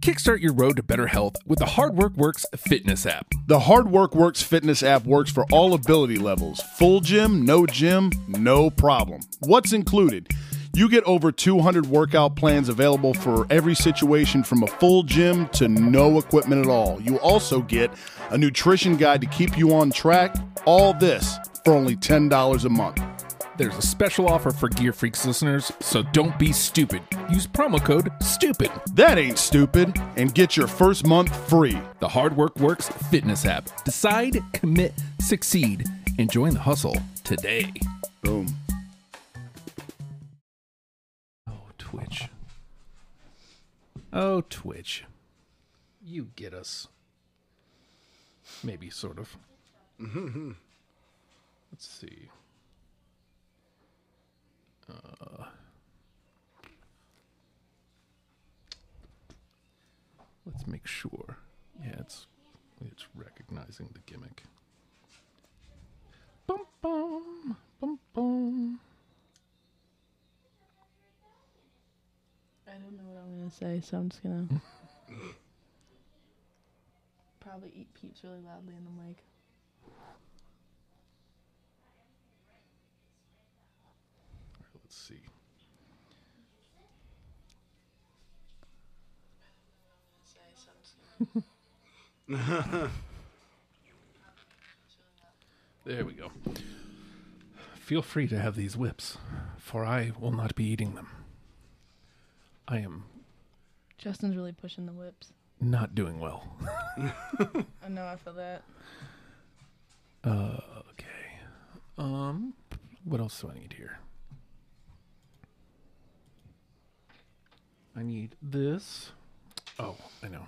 Kickstart your road to better health with the Hard Work Works fitness app. The Hard Work Works fitness app works for all ability levels full gym, no gym, no problem. What's included? You get over 200 workout plans available for every situation from a full gym to no equipment at all. You also get a nutrition guide to keep you on track. All this for only $10 a month. There's a special offer for Gear Freaks listeners, so don't be stupid. Use promo code STUPID. That ain't stupid. And get your first month free. The Hard Work Works fitness app. Decide, commit, succeed, and join the hustle today. Boom. Oh, Twitch. Oh, Twitch. You get us. Maybe, sort of. Let's see. Uh, let's make sure. Yeah, it's it's recognizing the gimmick. Bum bum bum bum. I don't know what I'm gonna say, so I'm just gonna probably eat peeps really loudly in the mic. Let's see. There we go. Feel free to have these whips, for I will not be eating them. I am Justin's really pushing the whips. not doing well. I know I feel that. Okay. Um, what else do I need here? I need this. Oh, I know.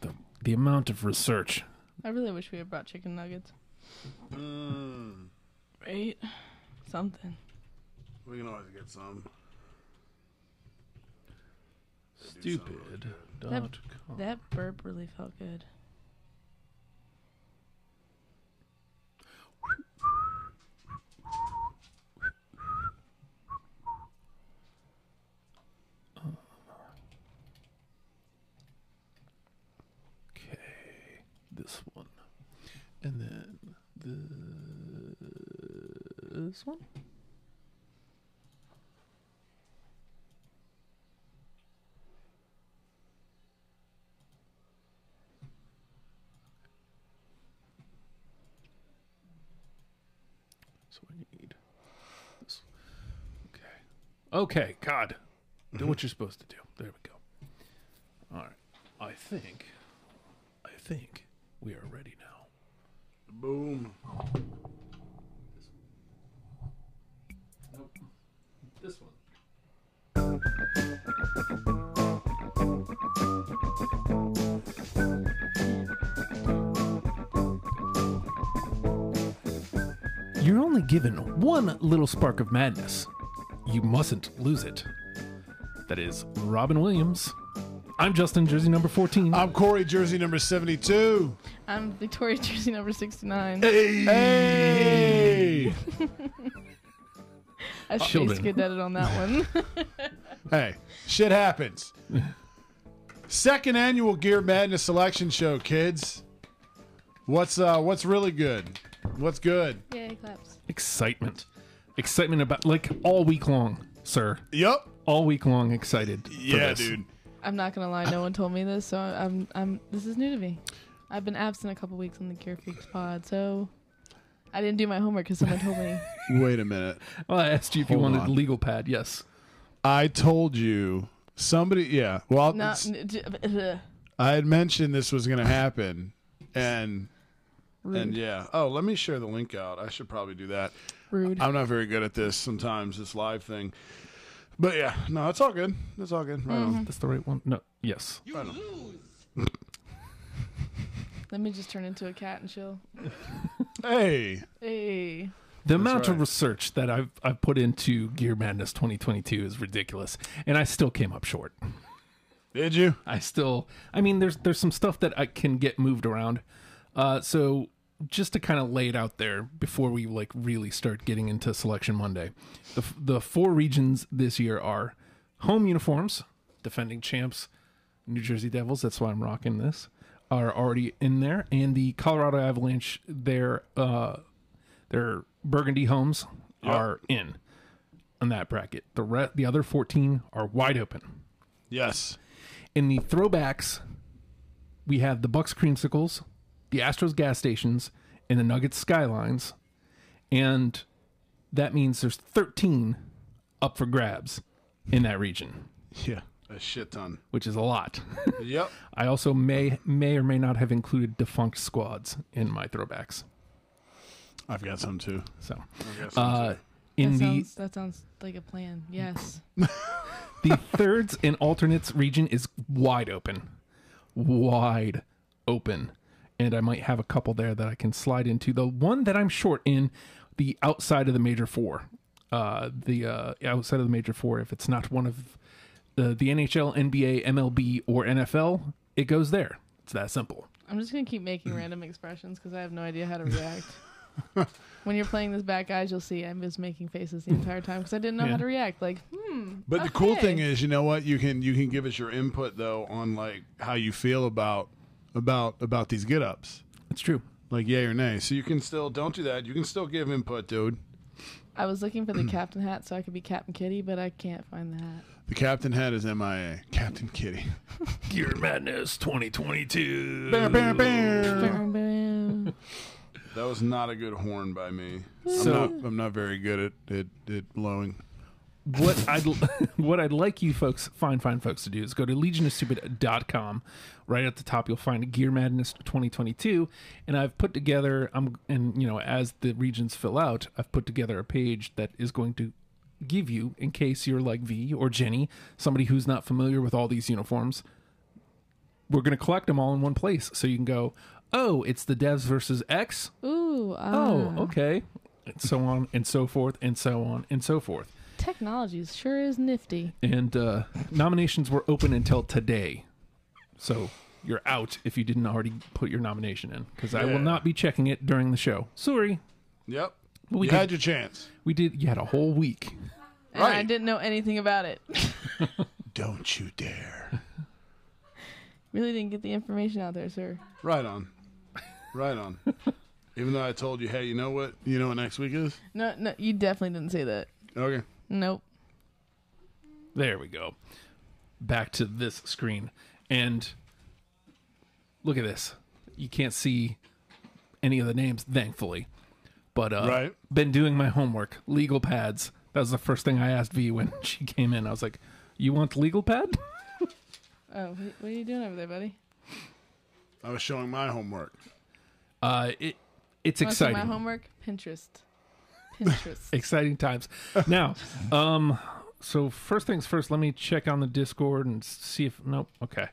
The the amount of research. I really wish we had brought chicken nuggets. Right? Something. We can always get some. Stupid. That- Dot com. That burp really felt good. Okay, this one, and then this one. So I need this. Okay. Okay. God, do what you're supposed to do. There we go. All right. I think. I think we are ready now. Boom. Nope. This one. You're only given one little spark of madness. You mustn't lose it. That is Robin Williams. I'm Justin, jersey number 14. I'm Corey, jersey number 72. I'm Victoria Jersey number 69. Hey! I Children. spaced good at it on that one. Hey, shit happens. Second annual Gear Madness selection show, kids. What's uh what's really good? What's good? Yay, claps. Excitement. Excitement about, like, all week long, sir. Yup. All week long, excited. for Yeah, this. dude. I'm not gonna lie, no one told me this, so I'm I'm this is new to me. I've been absent a couple weeks on the Cure Freaks pod, so I didn't do my homework because someone told me. Wait a minute. Well, I asked you if you Hold wanted on. legal pad. Yes. I told you somebody yeah. Well No, it's- n- d- ugh, I had mentioned this was gonna happen and and rude, yeah. Oh, let me share the link out. I should probably do that. rude. I'm not very good at this sometimes, this live thing. But yeah, no, it's all good. It's all good. Right on. That's the right one. No. Yes. Right on. Let me just turn into a cat and chill. Mm-hmm. Hey. Hey, The amount of right. research that I've I've put into Gear Madness 2022 is ridiculous, and I still came up short. Did you? I still, I mean, there's there's some stuff that I can get moved around. Uh, so just to kind of lay it out there before we like really start getting into Selection Monday, the f- the four regions this year are home uniforms, defending champs, New Jersey Devils. That's why I'm rocking this. Are already in there, and the Colorado Avalanche, their uh, their burgundy homes are in on that bracket. The re- the other 14 are wide open Yes. in the throwbacks, we have the Bucks creamsicles, the Astros gas stations, and the Nuggets skylines, and that means there's 13 up for grabs in that region, Yeah. A shit ton. which is a lot. Yep. I also may may or may not have included defunct squads in my throwbacks. I've got some too. So, I've got some uh, too. in that the sounds that sounds like a plan. Yes. the thirds and alternates region is wide open wide open and i might have a couple there that i can slide into the one that i'm short in the outside of the major four uh the uh outside of the major four if it's not one of the, the nhl nba mlb or nfl it goes there it's that simple I'm just gonna keep Mm. making random expressions because I have no idea how to react. when you're playing this back, guys, you'll see I'm just making faces the entire time because I didn't know Yeah. how to react. Like, hmm. But the cool okay. thing is, you know what? You can you can give us your input though on like how you feel about about about these get ups. it's true Like yay or nay. So you can still don't do that. You can still give input, dude. I was looking for the captain hat so I could be Captain Kitty, but I can't find the hat. The captain hat is MIA. Captain Kitty. gear madness 2022 Bam, bam, bam. Mm. Bam, bam. That was not a good horn by me. So- I'm not I'm not very good at at, at blowing. what I'd what I'd like you folks, fine, fine folks, to do is go to legionofstupid.com. Right at the top, you'll find Gear Madness 2022, and I've put together. I'm and you know as the regions fill out, I've put together a page that is going to give you, in case you're like V or Jenny, somebody who's not familiar with all these uniforms. We're going to collect them all in one place, so you can go. Oh, it's the Devs versus X. Ooh. Oh, Ah, okay, and so on and so forth and so on and so forth Technology sure is nifty. and uh, nominations were open until today. So you're out if you didn't already put your nomination in, because I Yeah. will not be checking it during the show. Sorry, Yep. Well, we you did- had your chance. we did. You had a whole week. And I Right. didn't know anything about it. Don't you dare. really didn't get the information out there, sir. Right on. Right on. Even though I told you, hey, you know what? You know what next week is? No, no, you definitely didn't say that. Okay. Nope. There we go. Back to this screen, and look at this. You can't see any of the names, thankfully. But uh, Right. been doing my homework. Legal pads. That was the first thing I asked V when she came in. I was like, "You want legal pad?" Oh, what what are you doing over there, buddy? I was showing my homework. Uh, it it's Wanna see exciting. My homework: Pinterest. Pinterest. exciting times now um so first things first let me check on the discord and see if nope okay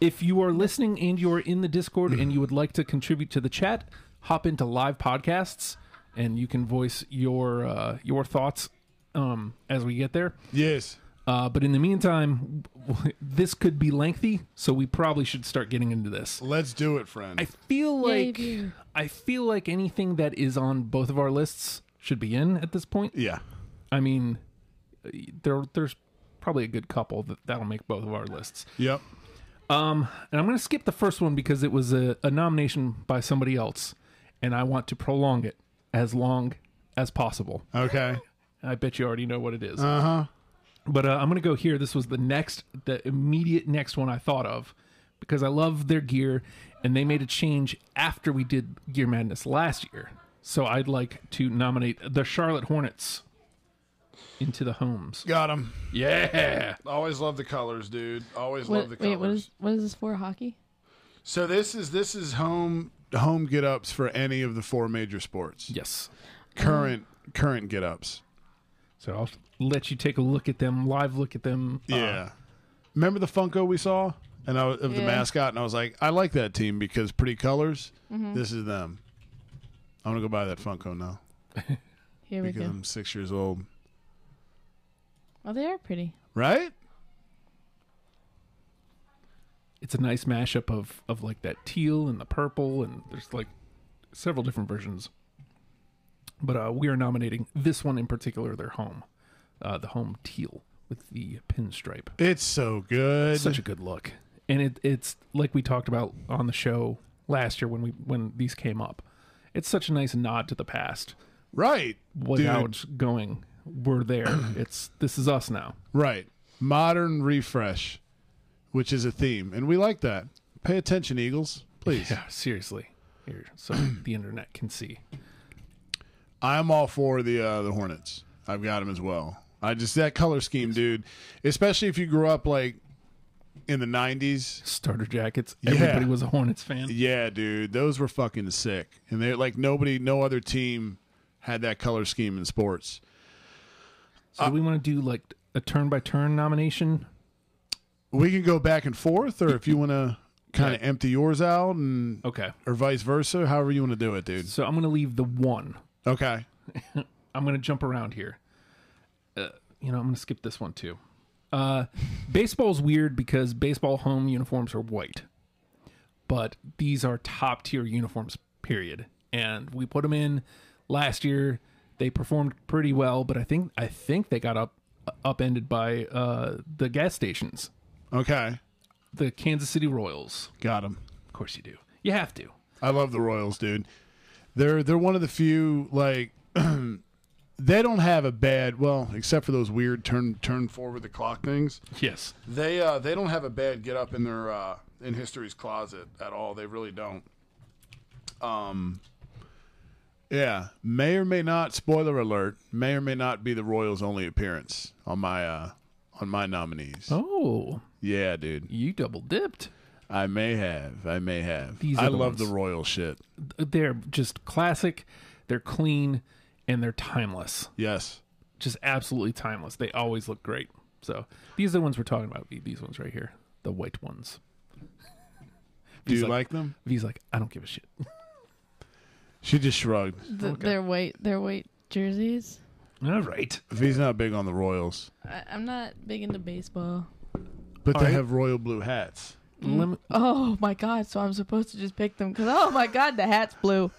if you are listening and you're in the discord and you would like to contribute to the chat hop into live podcasts and you can voice your uh your thoughts um as we get there Yes. uh but in the meantime w- this could be lengthy so we probably should start getting into this Let's do it, friend. I feel Yay, like dude. I feel like anything that is on both of our lists should be in at this point. yeah. I mean, there there's probably a good couple that that'll make both of our lists. Yep. And I'm going to skip the first one because it was a, a nomination by somebody else, and I want to prolong it as long as possible. Okay. I bet you already know what it is. Uh huh. But uh, I'm going to go here. This was the next, the immediate next one I thought of because I love their gear and they made a change after we did Gear Madness last year. So I'd like to nominate the Charlotte Hornets into the homes. Got him. Yeah. Always love the colors, dude. Always love the What, colors. wait, what is what is this for? Hockey? so this is this is home home get ups for any of the four major Mm. sports. Yes. Current current get ups. So I'll let you take a look at them, live look at them. Uh, Yeah. Remember the Funko we saw and I was, of the Yeah. mascot, and I was like, I like that team because pretty colors. Mm-hmm. This is them. I'm gonna go buy that Funko now Here we because go. um, I'm six years old. Oh, they are pretty. Right? it's a nice mashup of, of like that teal and the purple, and there's like several different versions. But uh, we are nominating this one in particular, their home, uh, the home teal with the pinstripe. It's so good. Such a good look, and it, it's like we talked about on the show last year when we when these came up. It's such a nice nod to the past right. without going. We're there. It's this is us now. Right. Modern refresh, which is a theme. And we like that. Pay attention, Eagles, please. Yeah, seriously. Here, so the internet can see. I'm all for the uh, the Hornets. I've got them as well. I just that color scheme, dude. Especially if you grew up like in the 90s. Starter jackets. Everybody was a Hornets fan. Yeah, dude, those were fucking sick. And they are like nobody no other team had that color scheme in sports. So do we want to do like a turn by turn nomination? We can go back and forth or if you want to kind of empty yours out and Okay. or vice versa, however you want to do it, dude. So I'm going to leave the one. Okay. I'm going to jump around here. Uh, you know, I'm going to skip this one too. Uh, baseball's weird because baseball home uniforms are white, but these are top tier uniforms, period. And we put them in last year. They performed pretty well, but I think I think they got up upended by uh, the gas stations, Okay. the Kansas City Royals. Got them. Of course you do. You have to. I love the Royals, dude. They're they're one of the few like they don't have a bad well, except for those weird turn turn forward the clock things. Yes. They uh they don't have a bad get up in their uh in history's closet at all. They really don't. Um yeah, may or may not spoiler alert, may or may not be the Royals only appearance on my uh on my nominees. Oh, Yeah, dude. you double dipped. I may have. I may have. These are I the love the ones. royal shit. They're just classic. They're clean and they're timeless. Yes. Just absolutely timeless. They always look great. So these are the ones we're talking about. These ones right here, the white ones. Do He's you like- like them? V's like, I don't give a shit. She just shrugged. Th- Okay. Their white, their white jerseys. All right. V's not big on the Royals, I, I'm not big into baseball. but they Alright. have royal blue hats. Mm. Lem- Oh my god! So I'm supposed to just pick them because oh my god, the hat's blue.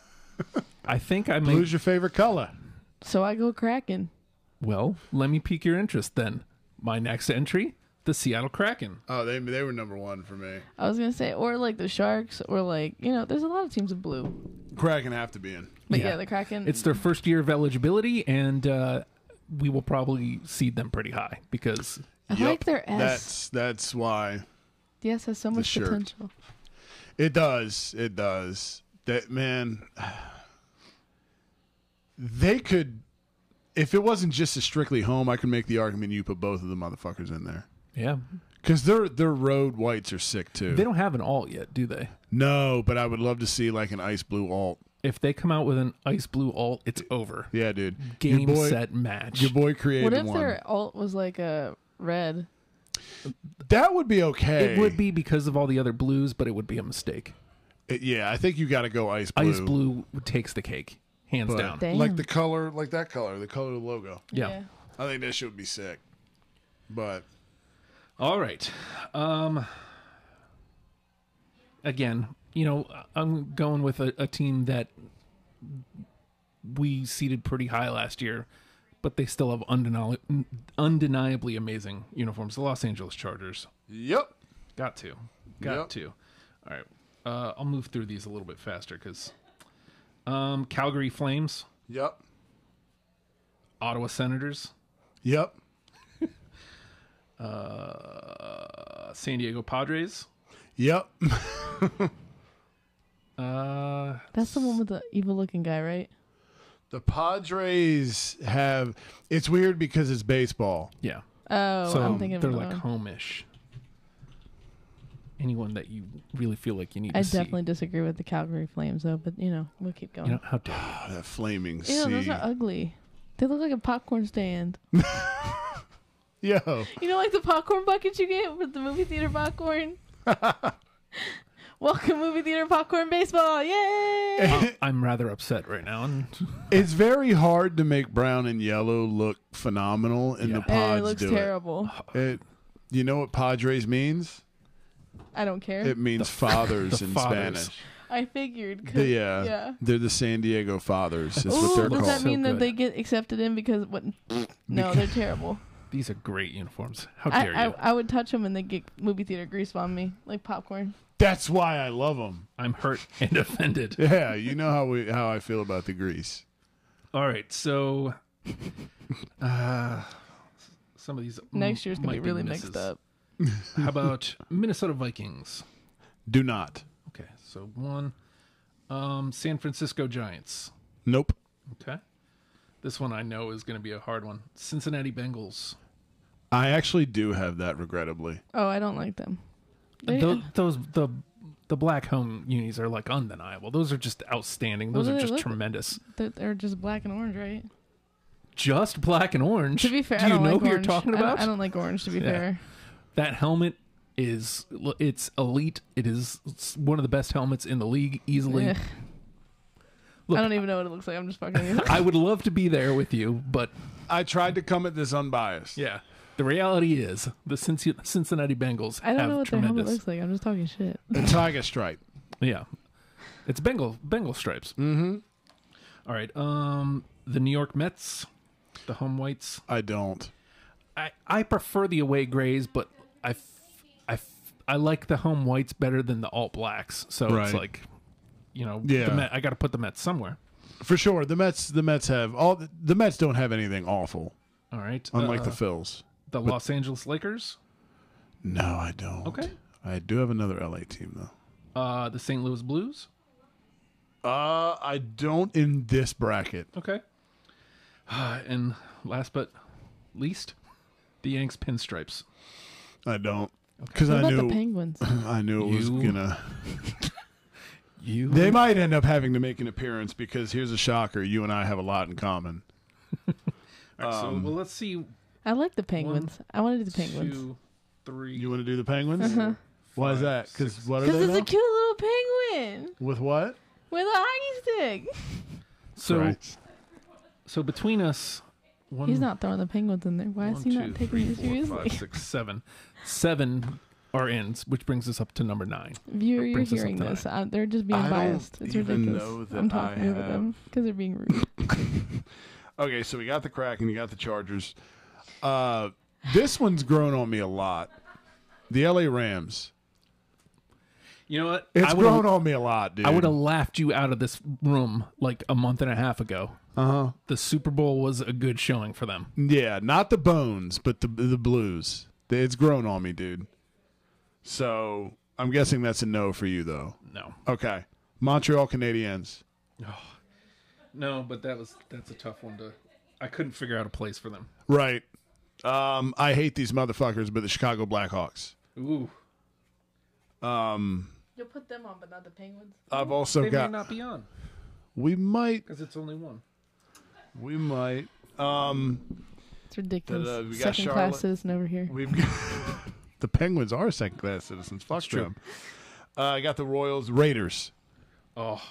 I think I may. Blue's your favorite color. So I go Kraken. Well, let me pique your interest then. My next entry, the Seattle Kraken. Oh, they they were number one for me. I was gonna say, or like the Sharks, or like you know, there's a lot of teams of blue. Kraken have to be in. But Yeah. yeah, the Kraken. It's their first year of eligibility, and uh, we will probably seed them pretty high because I like their S. That's that's why the S has so much shirt. potential. it does it does that man. They could, if it wasn't just a strictly home, I could make the argument you put both of the motherfuckers in there yeah, because their their road whites are sick too. they don't have an alt yet, do they? no, but I would love to see like an ice blue alt. if they come out with an ice blue alt, it's over. Yeah, dude. Game your boy, set match. Your boy created What if one. their alt was like a red? That would be okay. It would be because of all the other blues, but it would be a mistake. It- yeah, I think you got to go ice blue. Ice blue takes the cake, hands but down. Damn. Like the color, like that color, the color of the logo. yeah. I think that shit would be sick. But All right. Um. Again, you know, I'm going with a, a team that we seated pretty high last year, but they still have undeniably, undeniably amazing uniforms. The Los Angeles Chargers. yep, Got to. Got Yep. to. All right. Uh, I'll move through these a little bit faster because um, Calgary Flames, yep, Ottawa Senators, yep. uh, San Diego Padres. Yep. Uh, That's the one with the evil-looking guy, right? The Padres have. It's weird because it's baseball. yeah. Oh, so I'm thinking of they're another like one. homish. Anyone that you really feel like you need I to see. definitely disagree with the Calgary Flames, though. But you know, we'll keep going. You know, how dare you. Oh, that flaming Ew, sea. those are ugly. They look like a popcorn stand. Yo, You know, like the popcorn buckets you get with the movie theater popcorn. Welcome, movie theater popcorn baseball! Yay! I'm rather upset right now. And it's very hard to make brown and yellow look phenomenal, and the Yeah. And pods it looks do terrible. it. It, you know what Padres means? I don't care. It means fathers the in fathers. Spanish. I figured. 'cause- They, uh, yeah. They're the San Diego Fathers. Is what Ooh, they're does called. that So mean good. that they get accepted in because what? No, they're terrible. These are great uniforms. How I, dare I, you? I would touch them and they get movie theater grease on me like popcorn. That's why I love them. I, am hurt and offended. Yeah, you know how we how I feel about the grease. All right, so uh, some of these Next year's gonna might be really Mm, misses. mixed up. How about Minnesota Vikings? Do not. Okay, so one, um, San Francisco Giants. Nope. Okay, this one I know is going to be a hard one. Cincinnati Bengals. I actually do have that, regrettably. Oh, I don't like them. They, Those, those the the black home unis are like undeniable. Those are just outstanding. Those do are they just look- tremendous. they're, they're just black and orange, right? Just black and orange. To be fair, do I you don't know like who orange. you're talking I don't- about? I don't, like orange. To be Yeah. fair, that helmet is it's elite. It is one of the best helmets in the league easily. Ugh. Look, I don't even know what it looks like. I'm just fucking. with you. I would love to be there with you, but I tried to come at this unbiased. yeah, the reality is the Cinci- Cincinnati Bengals I don't have know what the hell it tremendous. looks like. I'm just talking shit. The tiger stripe. yeah, it's Bengal Bengal stripes. Mm-hmm. right, um, the New York Mets, the home whites. I don't. I I prefer the away grays, but I f- I f- I like the home whites better than the alt blacks. So Right. it's like, you know, Yeah. the Met, I got to put the Mets somewhere. For sure, the Mets. The Mets have all. The, the Mets don't have anything awful, All right, unlike uh, the Phils. the Los Angeles Lakers, No, I don't. Okay. I do have another LA team though. uh, the St. Louis Blues. Uh, I don't in this bracket. Okay. And last but least, the Yanks pinstripes. I don't. Because What I about the knew. penguins? I knew it was You- gonna. You They might end up having to make an appearance because here's a shocker: you and I have a lot in common. Um, so, well, let's see. I like the penguins. I want to do the penguins Two, three. You want to do the Penguins? Uh-huh. Why is that? Because what are because they it's a now? cute little penguin with what? with a hockey stick. so, Christ. so between us, one, He's not throwing the penguins in there. Why one, is he two, not three, taking this four, five, seriously? six, seven. Seven are ins, which brings us up to number nine. Viewer, you're brings us up hearing to this. Uh, they're just being I don't biased. It's even ridiculous. know that I'm talking I over them because they're being rude. Okay, so we got the Kraken, you got the Chargers. Uh, this one's grown on me a lot. The LA Rams. You know what? It's I would've- grown on me a lot, dude. I would have laughed you out of this room like a month and a half ago. Uh huh. The Super Bowl was a good showing for them. Yeah, not the Bones, but the the Blues. It's grown on me, dude. So I'm guessing that's a no for you, though. No. Okay, Montreal Canadiens. No, but that was that's a tough one to. I couldn't figure out a place for them. Right. Um, I hate these motherfuckers, but the Chicago Blackhawks. Ooh, Um, You'll put them on, but not the penguins. I've also they got. may not be on we might. because it's only one. We might. Um. It's ridiculous. But, uh, we got Second Charlotte. class citizen over here. We've got the Penguins are second class citizens. Fuck true. them. Uh, I got the Royals, Raiders. Oh,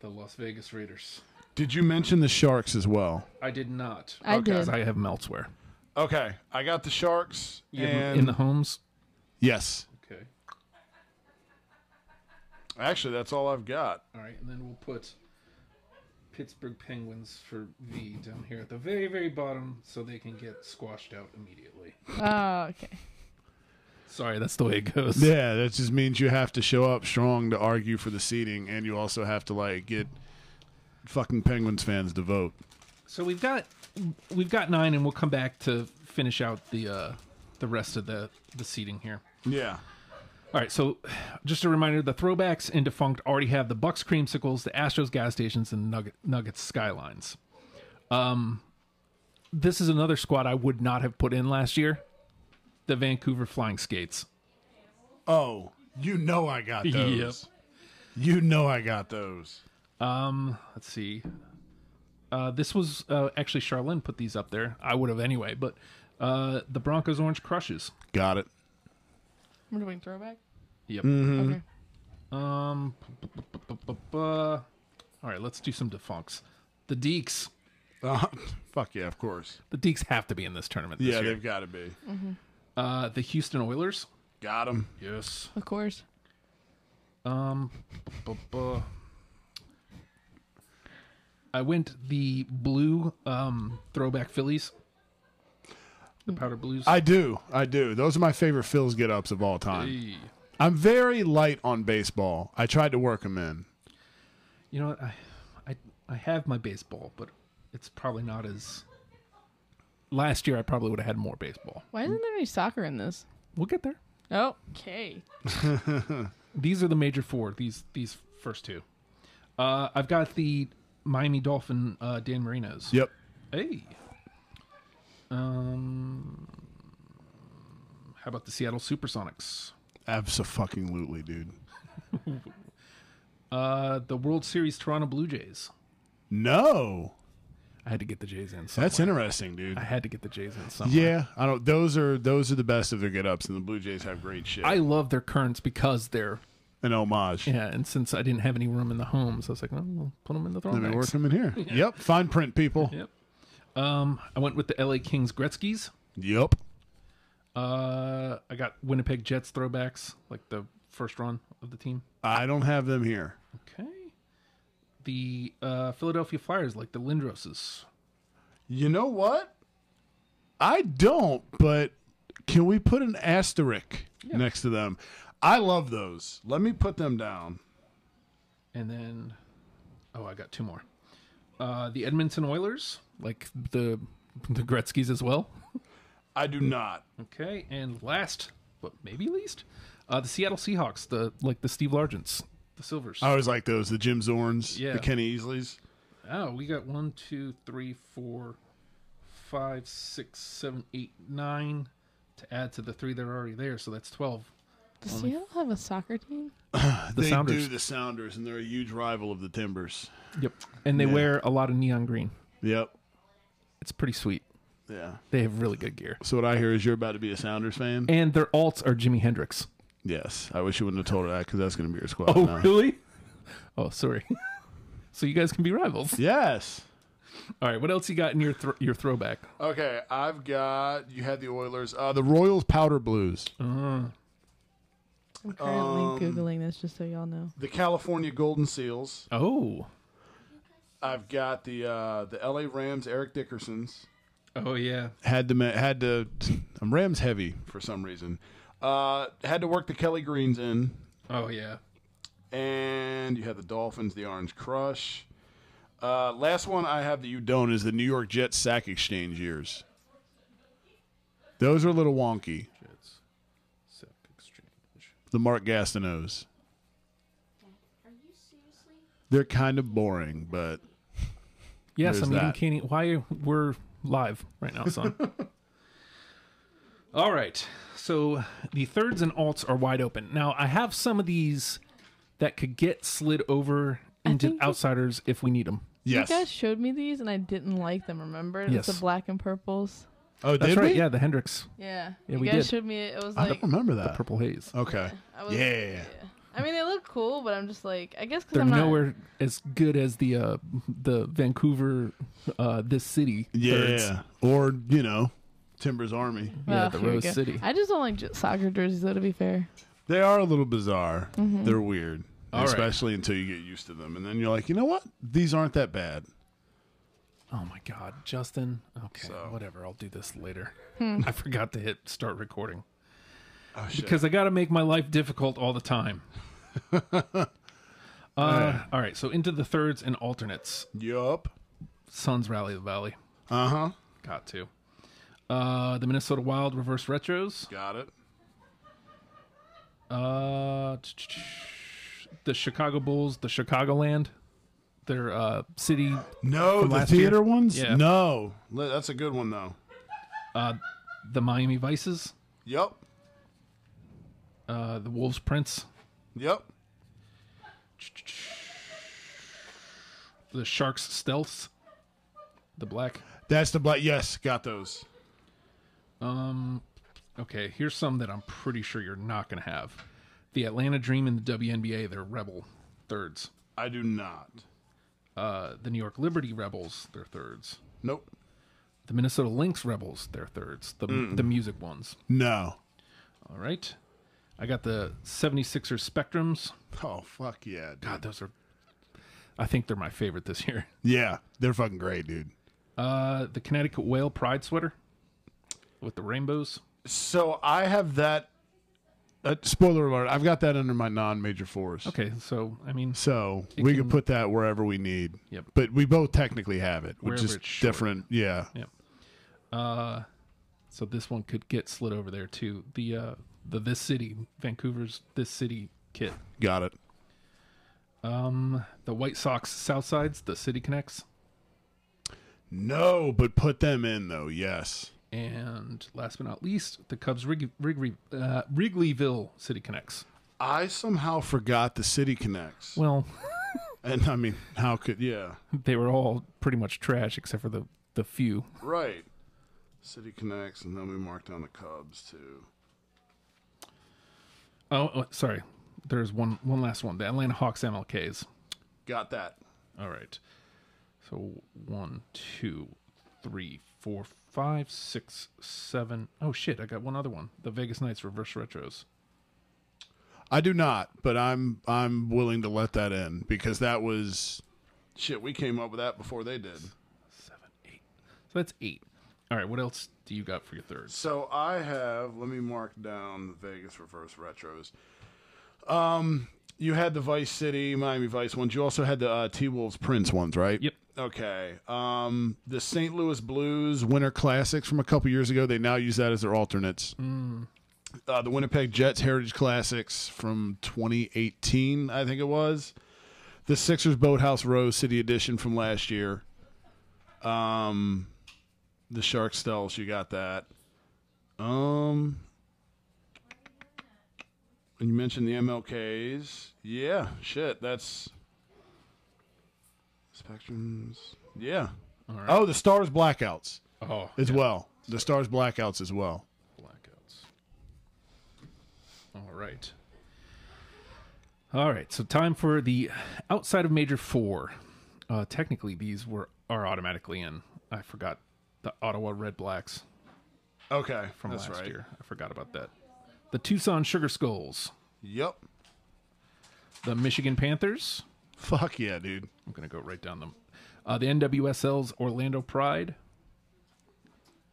the Las Vegas Raiders. Did you mention the Sharks as well? I did not. I Okay. did. I have them elsewhere. Okay, I got the Sharks You have them and in the homes. yes. Okay. Actually, that's all I've got. All right, and then we'll put Pittsburgh Penguins for V down here at the very very bottom, so they can get squashed out immediately. Oh, okay. Sorry, that's the way it goes. Yeah, that just means you have to show up strong to argue for the seating, and you also have to like get fucking Penguins fans to vote. So we've got we've got nine, and we'll come back to finish out the uh, the rest of the the seating here. Yeah. All right, so just a reminder: the throwbacks and defunct already have the Bucks creamsicles, the Astros gas stations, and Nugget, Nuggets skylines. Um, this is another squad I would not have put in last year: the Vancouver Flying Skates. Oh, you know I got those. You know I got those. Um, let's see. Uh, this was uh, actually Charlene put these up there. I would have anyway, but uh, the Broncos Orange Crushes. Got it. We're doing throwback. Yep. Okay. Um. bu- bu- bu- bu- bu- bu- All right, let's do some defunks. The Deeks. Uh, fuck yeah, of course. The Deeks have to be in this tournament this Yeah, year. they've got to be. Uh, the Houston Oilers. Got them. Yes. Of course. Um. bu- bu- I went the blue um, throwback Phillies. The powder blues. I do. I do. Those are my favorite Phil's get ups of all time. Hey. I'm very light on baseball. I tried to work them in. You know what? I, I, I have my baseball, but it's probably not as. Last year, I probably would have had more baseball. Why isn't there any soccer in this? We'll get there. Okay. These are the major four. These these first two. Uh, I've got the Miami Dolphin uh, Dan Marino's. Yep. Hey. Um. How about the Seattle Supersonics? Absolutely, dude. Uh, the World Series Toronto Blue Jays. No. I had to get the Jays in. Somewhere. That's interesting, dude. I had to get the Jays in somewhere. Yeah, I don't. Those are those are the best of their get ups, and the Blue Jays have great shit. I love their currents because they're An homage. yeah. And since I didn't have any room in the home, so I was like, well, we'll put them in the Let me throwbacks. work them in here. Yep. Fine print, people. Yep. Um, I went with the L.A. Kings Gretzky's. Yep. Uh, I got Winnipeg Jets throwbacks, like the first run of the team. I don't have them here. Okay. The uh, Philadelphia Flyers, like the Lindroses. You know what? I don't, but can we put an asterisk next to them? I love those. Let me put them down. And then, oh, I got two more. Uh, the Edmonton Oilers, like the the Gretzky's as well. I do not. Okay, and last but maybe least, uh, the Seattle Seahawks, the like the Steve Largents, the Silvers. I always like those the Jim Zorns, Yeah. the Kenny Easleys. Oh, we got one, two, three, four, five, six, seven, eight, nine to add to the three that are already there. So that's 12. Does Seattle have a soccer team? The they Sounders. do the Sounders, and they're a huge rival of the Timbers. Yep. And they wear a lot of neon green. Yep. It's pretty sweet. Yeah. They have really good gear. So what I hear is you're about to be a Sounders fan. And their alts are Jimi Hendrix. Yes. I wish you wouldn't have told her that because that's going to be your squad. now. Oh, really? Oh, sorry. so you guys can be rivals. Yes. All right. What else you got in your thr your throwback? Okay, I've got you had the Oilers, uh, the Royals powder blues, I'm currently googling this just so y'all know. the California Golden Seals. Oh. I've got the uh, the L.A. Rams, Eric Dickerson's. Oh, yeah. Had to ma- had to. I'm Rams heavy for some reason. Uh, had to work the Kelly Greens in, Oh, yeah. and you had the Dolphins, the Orange Crush. Uh, last one I have that you don't is the New York Jets sack exchange years. Those are a little wonky. Sack exchange. the Mark Gastineaus. They're kind of boring, but Yes, There's I'm eating that. candy. e-, Why we're live right now, son? All right. So the thirds and alts are wide open. Now I have some of these that could get slid over into think you- outsiders if we need them. yes. You guys showed me these and I didn't like them, remember? It's Yes. the black and purples. Oh, That's did right. we? Yeah, the Hendrix Yeah. Yeah, you we guys did. showed me it. It was I like don't remember that. purple haze. Okay. I was- yeah. I mean, they look cool, but I'm just like, I guess because They're I'm not. nowhere as good as the uh, the Vancouver uh, this city. Yeah. thirds. Or, you know, Timber's Army. Yeah, Ugh, the here we Rose go. City. I just don't like j- soccer jerseys, though. To be fair, They are a little bizarre. Mm-hmm. They're weird. All right. especially until you get used to them. And then you're like, you know what? These aren't that bad. Oh my God, Justin. Okay, So- whatever. I'll do this later. Hmm. I forgot to hit start recording. Oh, shit. because I got to make my life difficult all the time. uh, all right, so into the thirds and alternates. yup. Suns rally of the valley. Uh huh. Got to. Uh, the Minnesota Wild reverse retros. Got it. Uh, the Chicago Bulls, the Chicagoland, their uh, city. No, the last year? theater ones? Yeah. No. Li- That's a good one, though. The Miami Vices, Yup. uh, the Wolves Prince, Yup. the Sharks Stealths, the Black. That's the black. Yes, got those. Okay, here's some that I'm pretty sure you're not going to have. The Atlanta Dream and the WNBA, they're Rebel thirds. I do not. Uh, the New York Liberty Rebels, they're thirds. Nope. The Minnesota Lynx Rebels, they're thirds. The, the music ones. No. All right. I got the 76ers Spectrums. Oh fuck yeah, dude. God, those are, I think they're my favorite this year. Yeah, they're fucking great, dude. Uh, the Connecticut Whale Pride Sweater. with the rainbows. So I have that. Uh, spoiler alert! I've got that under my non-major fours. Okay, so I mean, So It we can- can put that wherever we need. Yep. But we both technically have it, which Wherever is it's short. different. Yeah. uh, so this one could get slid over there too. The uh, the this city Vancouver's this city kit. Got it. Um, the White Sox South Sides, the City Connects, No, but put them in though. Yes. and last but not least, the Cubs Wrig- Wrigley uh, Wrigleyville City Connects. I somehow forgot the city connects, Well, and I mean, how could? Yeah. they were all pretty much trash except for the the few. Right. City connects, and then we marked down the Cubs too. Oh, oh, sorry. There's one one last one. The Atlanta Hawks MLKs. Got that. All right. So one, two, three, four, five, six, seven. Oh shit! I got one other one. The Vegas Knights reverse retros. I do not, but I'm I'm willing to let that in because that was shit. We came up with that before they did. Seven, eight. So that's eight. All right. What else do you got for your thirds? So I have. Let me mark down the Vegas reverse retros. Um, you had the Vice City, Miami Vice ones. You also had the uh, T Wolves Prince ones, right? Yep. Okay. Um, the St. Louis Blues Winter Classics from a couple years ago. They now use that as their alternates. Uh, the Winnipeg Jets Heritage Classics from 2018, I think it was. The Sixers Boathouse Row City Edition from last year. Um, the Shark Stealth, you got that. Um, and you mentioned the MLKs. Yeah, shit, that's Spectrums. Yeah. right. Oh, the Stars blackouts Oh, as well. The Stars blackouts as well. blackouts. All right. All right. So time for the outside of major four. Uh, technically, these were are automatically in. I forgot the Ottawa Red Blacks. Okay, from that's last right. year. I forgot about that. The Tucson Sugar Skulls, Yep. the Michigan Panthers. Fuck yeah, dude. I'm gonna go right down them. Uh, the NWSL's Orlando Pride.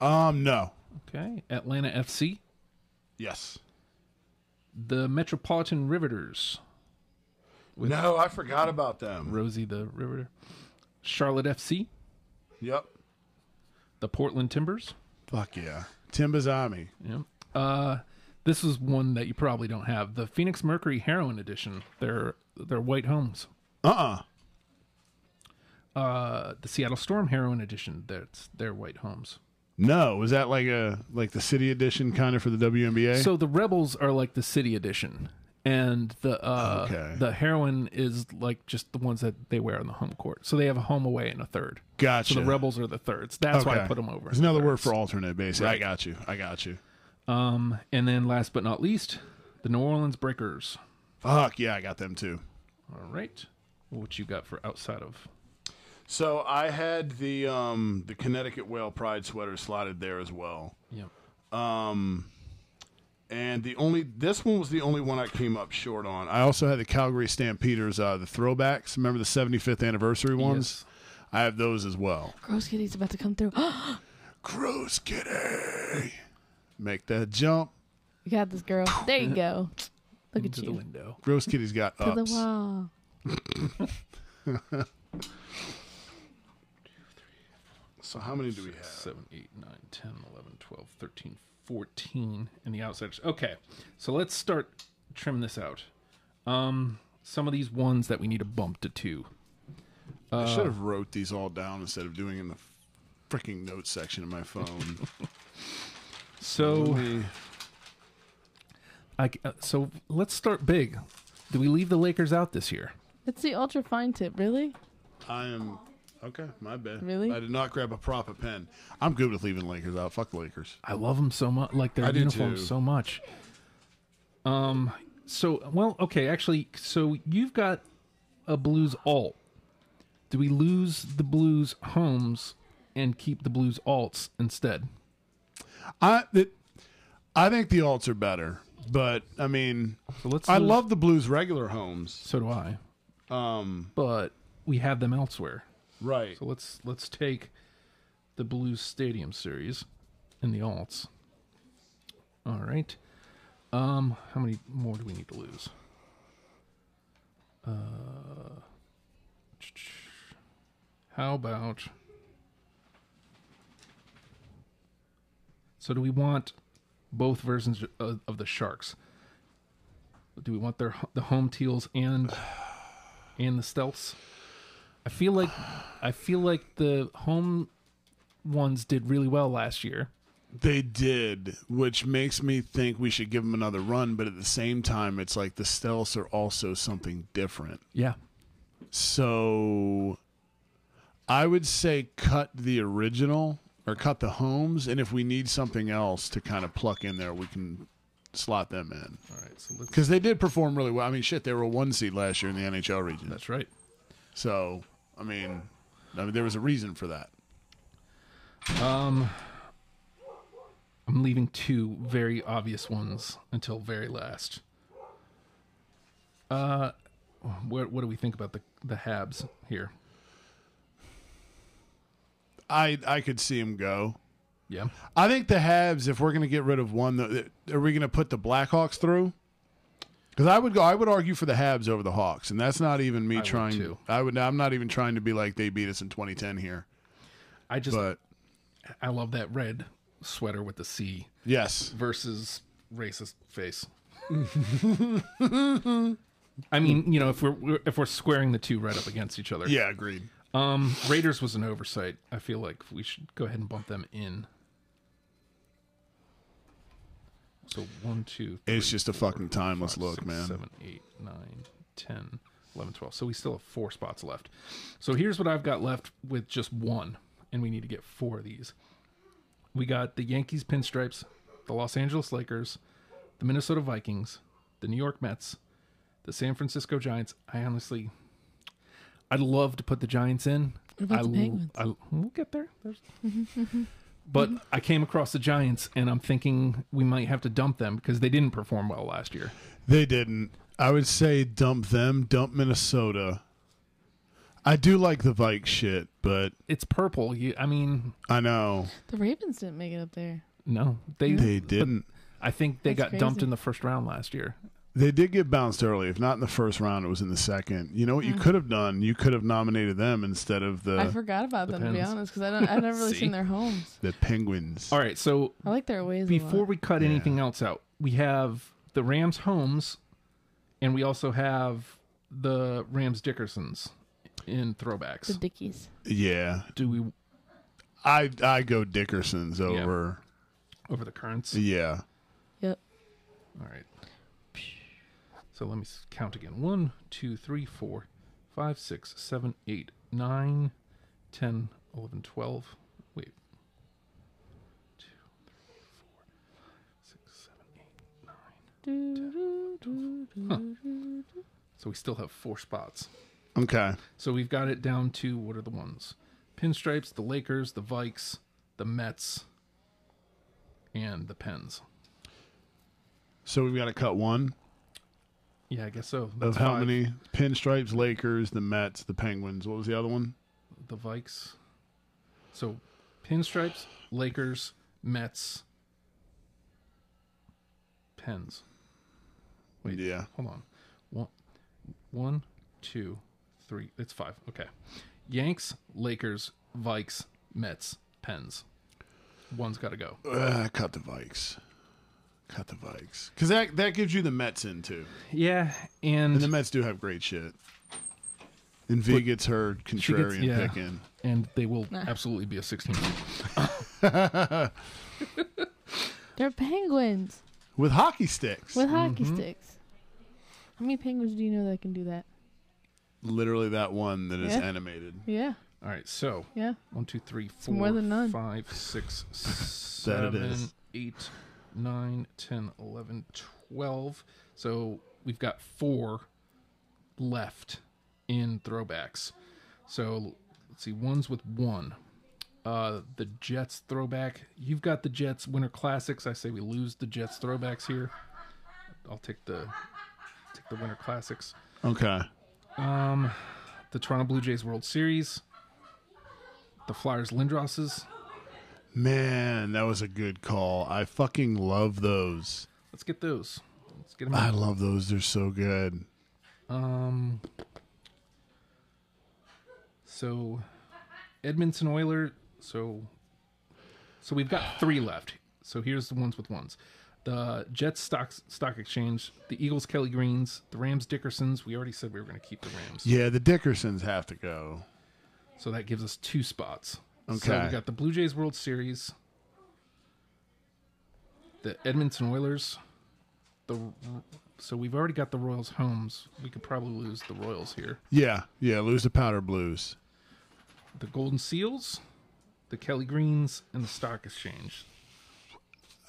Um, no. Okay, Atlanta FC, Yes. the Metropolitan Riveters, no, I forgot about them. Rosie the Riveter, Charlotte FC, Yep. the Portland Timbers. Fuck yeah. Timbazami. Yep. Uh, this is one that you probably don't have. The Phoenix Mercury Heroin Edition. Their their white homes. Uh uh Uh, the Seattle Storm Heroin Edition. That's their white homes. No, was that like a like the city edition kind of for the WNBA? So the rebels are like the city edition, and the uh, Okay. the heroin is like just the ones that they wear on the home court. So they have a home away and a third. gotcha. So the rebels are the thirds. That's why I Okay. put them over. It's in the another word thirds. for alternate, basically. I got you. I got you. Um, and then last but not least, the New Orleans Breakers. Fuck yeah, I got them too. All right, what you got for outside of? So I had the um the Connecticut Whale Pride sweater slotted there as well. Yeah. And the only this one was the only one I came up short on. I also had the Calgary Stampeders, uh, the throwbacks. Remember the 75th anniversary ones? I have those as well. Gross kitty's about to come through. Gross kitty, make that jump. you got this, girl. There you go. Look at Into the you. window. Gross kitty's got To the ups. wall. So how many do we have? Seven, eight, nine, 10, 11, 12, 13, 14 in the outsiders. Okay, so let's start trim this out. Um, some of these ones that we need to bump to two. I should have wrote these all down instead of doing it in the freaking notes section of my phone. So, I, c- uh, so let's start big. Do we leave the Lakers out this year? It's the ultra fine tip, really? I am okay. My bad. Really? I did not grab a proper pen. I'm good with leaving Lakers out. Fuck the Lakers. I love them so much, like their I do uniforms too. so much. Um, so well, okay, actually, so you've got a Blues alt. Do we lose the Blues homes and keep the Blues alts instead? I it, I think the alts are better, but I mean, So let's. I lose- love the Blues regular homes. So do I. Um, But we have them elsewhere. right. So let's let's take the Blues Stadium series and the alts. All right. Um, how many more do we need to lose? Uh, how about? So do we want both versions of, of the sharks? Do we want their the home teals and and the stealths? I feel like I feel like the home ones did really well last year. They did, which makes me think we should give them another run. But at the same time, it's like the stealths are also something different. Yeah. So I would say cut the original or cut the homes. And if we need something else to kind of pluck in there, we can slot them in. All right. So let's, Because they did perform really well. I mean, shit, they were a one seed last year in the NHL region. that's right. So, I mean, I mean, there was a reason for that. Um, I'm leaving two very obvious ones until very last. Uh, what, what do we think about the the Habs here? I I could see him go. Yeah. I think the Habs, if we're going to get rid of one, th- are we going to put the Blackhawks through? Because I would go, I would argue for the Habs over the Hawks, and that's not even me would trying. too. I would. I'm not even trying to be like they beat us in 2010 here, I just but I love that red sweater with the C yes, versus racist face. I mean, you know, if we're we're- if we're squaring the two right up against each other, yeah, agreed. Um, Raiders was an oversight. I feel like we should go ahead and bump them in. So one, two, three, It's just a fucking timeless five, look, six, man. seven, eight, nine, 10, 11, 12. So we still have four spots left. So here's what I've got left with just one, and we need to get four of these. We got the Yankees pinstripes, the Los Angeles Lakers, the Minnesota Vikings, the New York Mets, the San Francisco Giants. I honestly, I'd love to put the Giants in. What about I, the l- Penguins? I, we'll get there. There's... but I came across the Giants, and I'm thinking we might have to dump them because they didn't perform well last year. They didn't. I would say dump them, dump Minnesota. I do like the Vike shit, but It's purple. You, I mean, I know The Ravens didn't make it up there. no, they. they didn't. I think they That's got dumped crazy. in the first round last year. They did get bounced early. If not in the first round, it was in the second. You know what you could have done? You could have nominated them instead of the Mm. I forgot about them to be depends. honest, because I don't. I've never really Uh, See? seen their homes. the Penguins. All right, so I like their aways. a before lot. we cut anything else out, we have the Rams Holmes, and we also have the Rams Dickersons in throwbacks. the Dickies. Yeah, Do we I I go Dickerson's over. over the currents? Yeah. Yep. All right. So let me s- count again. One, two, three, four, five, six, seven, eight, nine, ten, eleven, twelve. Wait. Two, three, four, six, seven, eight, nine. So we still have four spots. Okay. So we've got it down to what are the ones? Pinstripes, the Lakers, the Vikes, the Mets, and the Pens. So we've got to cut one Yeah, I guess so. of That's how five. many pinstripes, Lakers, the Mets, the Penguins. What was the other one? the Vikes. So, pinstripes, Lakers, Mets, Pens. Wait. Yeah. Hold on. One, one, two, three. It's five. Okay. Yanks, Lakers, Vikes, Mets, Pens. One's got to go. Uh, cut the Vikes. Cut the Vikes. Because that, that gives you the Mets in too. Yeah, and And the Mets do have great shit. And V gets her contrarian yeah. pick in. and they will absolutely be a 16. They're penguins With hockey sticks. with hockey Mm-hmm. sticks. How many penguins do you know that can do that? Literally that one that is Yeah. animated. Yeah. All right, so Yeah. One, two, three, four, more than none. five, six, That it seven, is. eight, nine, 10, 11, 12. So we've got four left in throwbacks. So let's see, one's with one. Uh, the Jets throwback. You've got the Jets Winter Classics. I say we lose the Jets throwbacks here. I'll take the take the Winter Classics. Okay. The Toronto Blue Jays World Series. The Flyers Lindrosses. Man, that was a good call. I fucking love those. Let's get those. Let's get them. I love those. They're so good. Um. So, Edmonton Oiler. So, so we've got three left. So here's the ones with ones: the Jets stock stock exchange, the Eagles Kelly Greens, the Rams Dickersons. We already said we were going to keep the Rams, Yeah, the Dickersons have to go. so that gives us two spots. so Okay. we got the Blue Jays World Series, the Edmonton Oilers, the. So we've already got the Royals homes. We could probably lose the Royals here. Yeah, yeah, lose the Powder Blues. the Golden Seals, the Kelly Greens, and the Stock Exchange.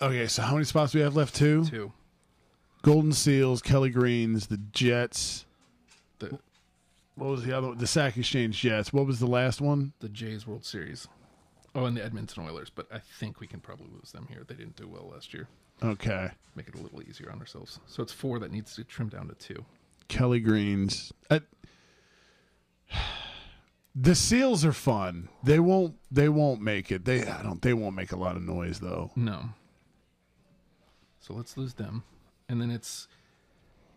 Okay, so how many spots do we have left? Two? Two. Golden Seals, Kelly Greens, the Jets. The What was the other one? The Sac Exchange Jets. What was the last one? the Jays World Series. Oh, and the Edmonton Oilers, but I think we can probably lose them here. They didn't do well last year. Okay. Make it a little easier on ourselves. So it's four that needs to trim down to two. Kelly Greens. I, the Seals are fun. They won't they won't make it. They I don't they won't make a lot of noise though. No. So let's lose them. And then it's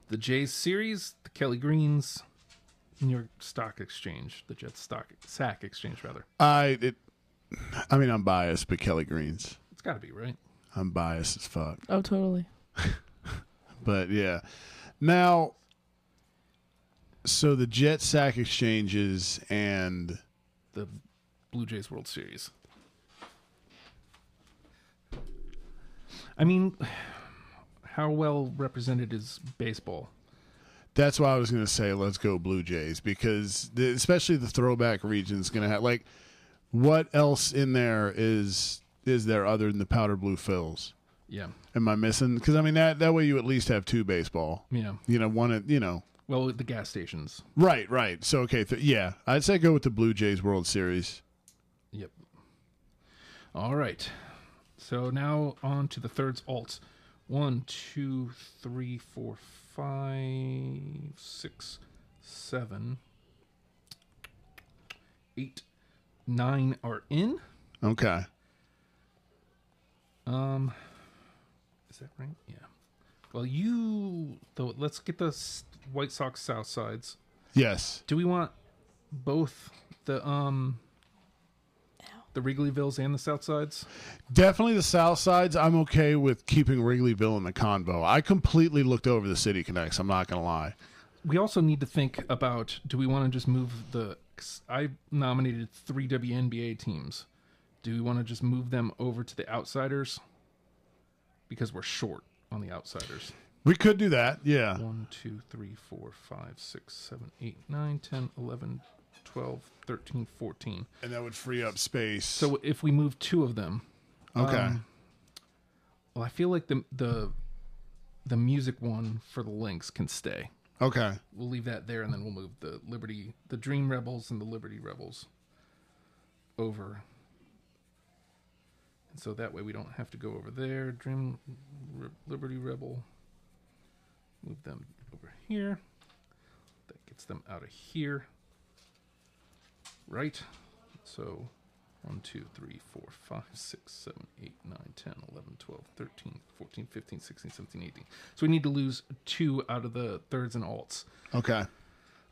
the Jays series, the Kelly Greens, New York Stock Exchange, the Jets Stock Sack Exchange rather. I it I mean I'm biased, but Kelly Greens. It's gotta be, right? I'm biased as fuck. Oh, totally. But yeah. Now so the Jet Sack exchanges and The Blue Jays World Series. I mean, how well represented is baseball? That's why I was going to say let's go Blue Jays because the, especially the throwback region is going to have like what else in there is is there other than the powder blue fills? Yeah, Am I missing? Because I mean that that way you at least have two baseball. yeah. You know one at you know Well, the gas stations. right right. So okay th- yeah I'd say go with the Blue Jays World Series. Yep. All right. So now on to the thirds alt. One, two, three, four, five, six, seven, eight, nine are in. Okay. Um, is that right? Yeah. Well, you though. Let's get the s- White Sox South sides. Yes. Do we want both the um the Wrigleyvilles and the South sides? Definitely the South Sides. I'm okay with keeping Wrigleyville in the convo. I completely looked over the City Connects. I'm not gonna lie. We also need to think about: Do we want to just move the? 'cause I nominated three WNBA teams. Do we want to just move them over to the Outsiders? Because we're short on the Outsiders. We could do that. Yeah. One, two, three, four, five, six, seven, eight, nine, 10, 11, 12, 13, 14. And that would free up space. So if we move two of them, okay. um, well, I feel like the the the music one for the links can stay. okay. We'll leave that there, and then we'll move the Liberty, the Dream Rebels, and the Liberty Rebels over. And so that way we don't have to go over there. Dream Re- Liberty Rebel. Move them over here. That gets them out of here. Right? So 1, 2, 3, 4, 5, 6, 7, 8, 9, 10, 11, 12, 13, 14, 15, 16, 17, 18. So we need to lose two out of the thirds and alts. Okay.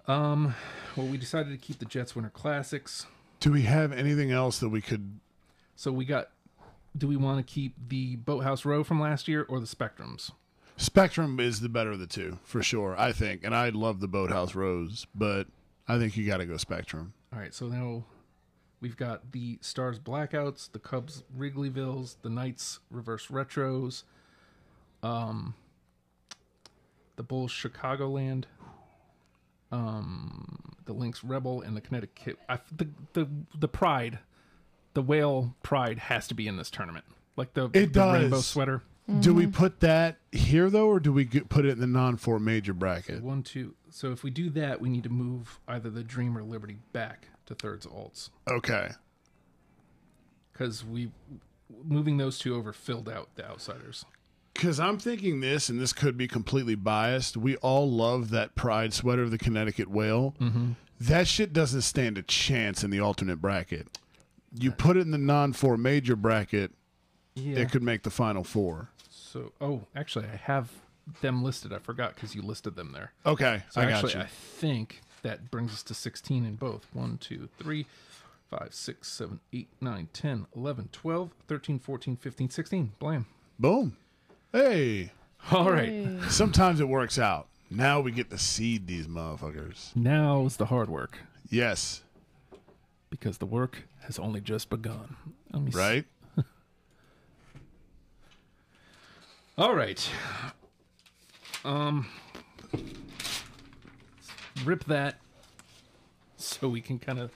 Um, well, we decided to keep the Jets Winter Classics. Do we have anything else that we could? So we got. Do we want to keep the Boathouse Row from last year or the Spectrums? Spectrum is the better of the two for sure, I think. And I love the Boathouse Rose, but I think you got to go Spectrum. All right, so now we've got the Stars Blackouts, the Cubs Wrigleyvilles, the Knights Reverse Retros, um, the Bulls Chicagoland, um, the Lynx Rebel, and the Connecticut. I, the the the Pride, the Whale Pride has to be in this tournament. Like the, It the rainbow does. sweater. Do we put that here though, or do we get, put it in the non-four major bracket? One two. So if we do that, we need to move either the Dream or Liberty back to thirds alts. Okay. because we moving those two over filled out the outsiders. Because I'm thinking this, and this could be completely biased. We all love that pride sweater of the Connecticut whale. That shit doesn't stand a chance in the alternate bracket. You put it in the non-four major bracket, Yeah. it could make the final four. So, oh, actually, I have them listed. I forgot because you listed them there. Okay, So I got actually, you. I think that brings us to 16 in both. 1, 2, 3, 5, 6, 7, 8, 9, 10, 11, 12, 13, 14, 15, 16. Blam. Boom. Hey, All right. Hey. sometimes it works out. Now we get to seed these motherfuckers. Now's the hard work Yes, because the work has only just begun. Let me see. right? All right. Um, rip that so we can kind of.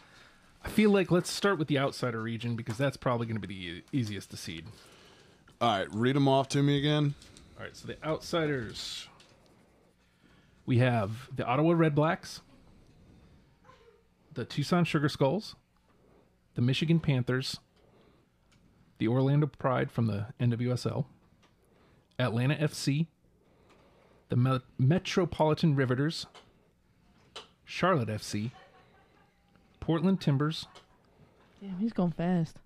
I feel like let's start with the outsider region because that's probably going to be the e- easiest to seed. All right, read them off to me again. All right, so the outsiders. We have the Ottawa Red Blacks, the Tucson Sugar Skulls, the Michigan Panthers, the Orlando Pride from the NWSL, Atlanta FC, the Me- Metropolitan Riveters, Charlotte FC, Portland Timbers, Damn, he's going fast.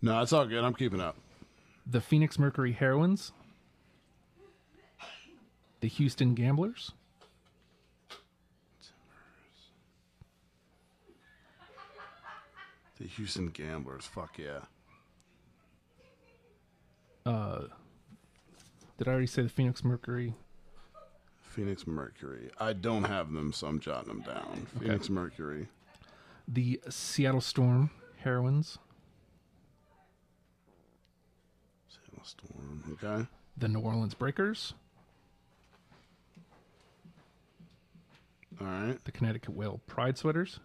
No, it's all good. I'm keeping up. the Phoenix Mercury Heroines, the Houston Gamblers, The Houston Gamblers. Fuck yeah. Did I already say the Phoenix Mercury? Phoenix Mercury. I don't have them, so I'm jotting them down. Phoenix Mercury. The Seattle Storm Heroines, Seattle Storm. Okay. the New Orleans Breakers, All right. the Connecticut Whale Pride Sweaters,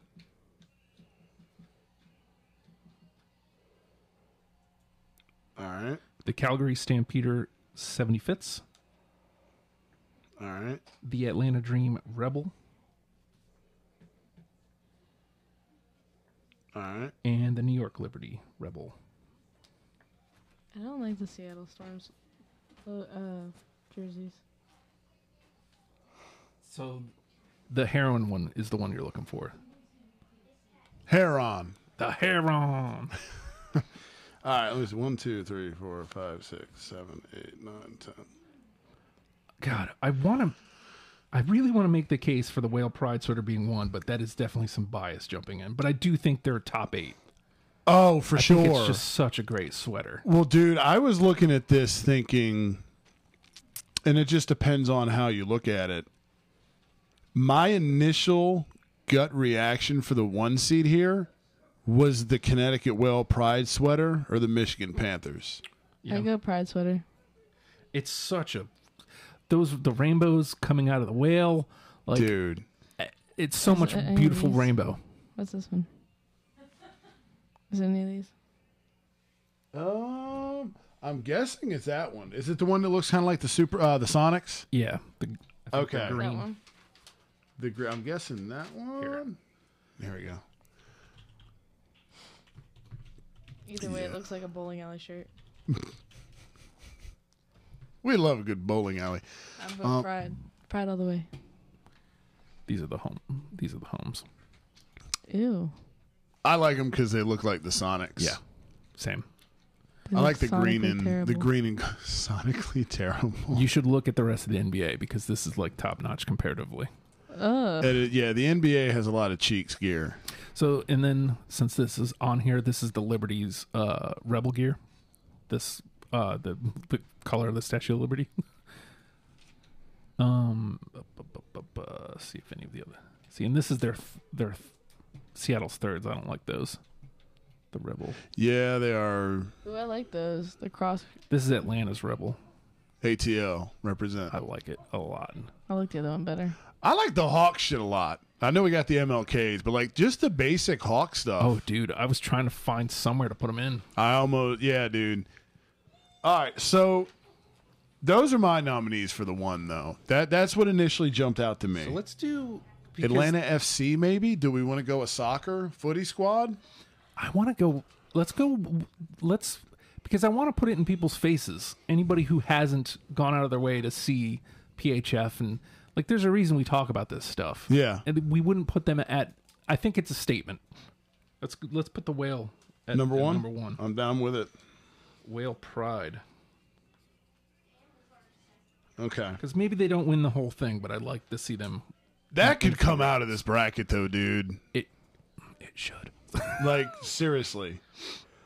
All right. the Calgary Stampeder 75ths, All right. the Atlanta Dream Rebel, All right. and the New York Liberty Rebel. I don't like the Seattle Storms uh, jerseys. So the heroin one is the one you're looking for. Hair on. The heron. All right. Let me see. One, two, three, four, five, six, seven, eight, nine, ten. God, I want to. I really want to make the case for the Whale Pride sweater being one, but that is definitely some bias jumping in. But I do think they're top eight. Oh, for I sure. think It's just such a great sweater. Well, dude, I was looking at this thinking, and it just depends on how you look at it. My initial gut reaction for the one seed here was the Connecticut Whale Pride sweater or the Michigan Panthers. You I know? go pride sweater. it's such a those the rainbows coming out of the whale like Dude, it's so much it beautiful anyways? rainbow What's this one? Is it any of these? um, I'm guessing it's that one. Is it the one that looks kind of like the Super uh, the Sonics? yeah the, I think the Okay. green. That one. The gr- I'm guessing that one. There we go. Either way, it looks like a bowling alley shirt. We love a good bowling alley. I'm voting Uh, pride. Pride all the way. these are the home these are the homes Ew. I like them because they look like the Sonics. yeah same They I look like the green sonically and terrible. the green and sonically terrible. you should look at the rest of the nba because this is like top notch comparatively Ugh. And it- yeah, the NBA has a lot of cheeks gear. so and then since this is on here this is the liberty's uh rebel gear this uh the, the color of the statue of liberty um bu- bu- bu- bu- bu- see if any of the other see and this is their th- their th- seattle's thirds i don't like those the rebel Yeah, they are Ooh, I like those. The cross. this is atlanta's rebel ATL represent. i like it a lot I like the other one better. I like the Hawk shit a lot. I know we got the MLKs, but like just the basic Hawk stuff. oh dude i was trying to find somewhere to put them in I almost yeah, dude. All right, so those are my nominees for the one though. That that's what initially jumped out to me. let's do Atlanta FC maybe? Do we want to go a soccer footy squad? I want to go. Let's go. Let's because I want to put it in people's faces. Anybody who hasn't gone out of their way to see PHF and like, there's a reason we talk about this stuff. Yeah. and we wouldn't put them at. I think it's a statement. Let's let's put the whale At- number at one. Number one. I'm down with it. Whale pride. Okay. Because maybe they don't win the whole thing, but I'd like to see them. That could come out of this bracket though, dude. It, it should. Like seriously.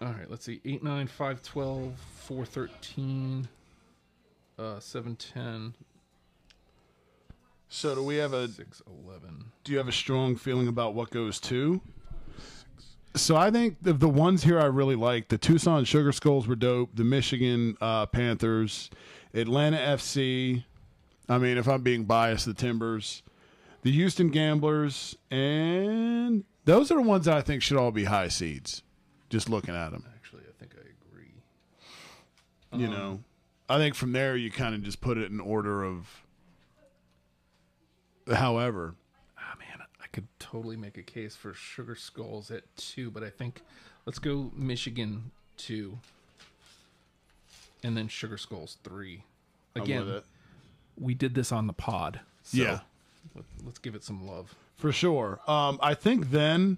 All right, let's see. 8, 9, 5, 12, 4, 13, uh, 7, 10, So do we have a 6, 11. do you have a strong feeling about what goes to? So I think of the ones here I really like. The Tucson Sugar Skulls were dope. The Michigan uh, Panthers, Atlanta FC. I mean, if I'm being biased, the Timbers, the Houston Gamblers, and those are the ones I think should all be high seeds. Just looking at them, Actually, I think I agree. you know. I think from there you kind of just put it in order of. However, Ah, man, I could totally make a case for Sugar Skulls at 2, but I think let's go Michigan 2 and then Sugar Skulls 3. again, Again, we did this on the pod. So Yeah. let- Let's give it some love. For sure. Um, I think then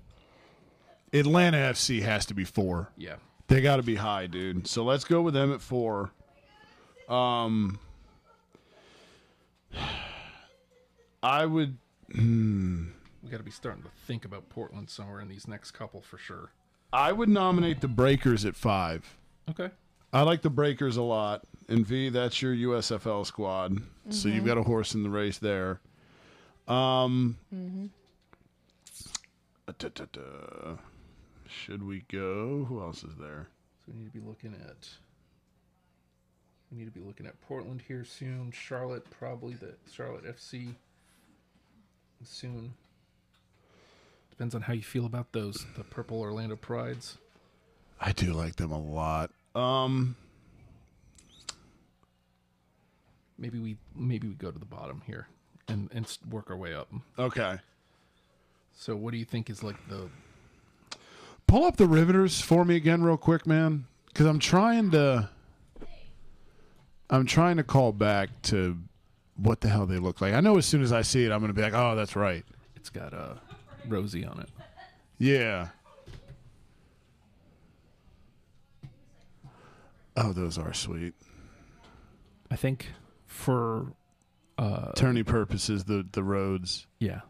Atlanta FC has to be four. Yeah. They got to be high, dude. So let's go with them at four. Um, I would. We got to be starting to think about Portland somewhere in these next couple for sure. I would nominate the Breakers at five. Okay. I like the Breakers a lot. And V, that's your USFL squad. So you've got a horse in the race there. Um, uh, da-da-da. Should we go? Who else is there? So we need to be looking at we need to be looking at Portland here soon. Charlotte probably the Charlotte FC soon. Depends on how you feel about those the purple Orlando Prides. I do like them a lot. Um, Maybe we maybe we go to the bottom here and and s- work our way up. okay. So what do you think is like the Pull up the riveters for me again, real quick, man, because I'm trying to. I'm trying to call back to what the hell they look like. I know as soon as I see it, I'm going to be like, "Oh, that's right." it's got uh Rosie on it. Yeah. Oh, those are sweet. I think for Attorney purposes, the the roads yeah,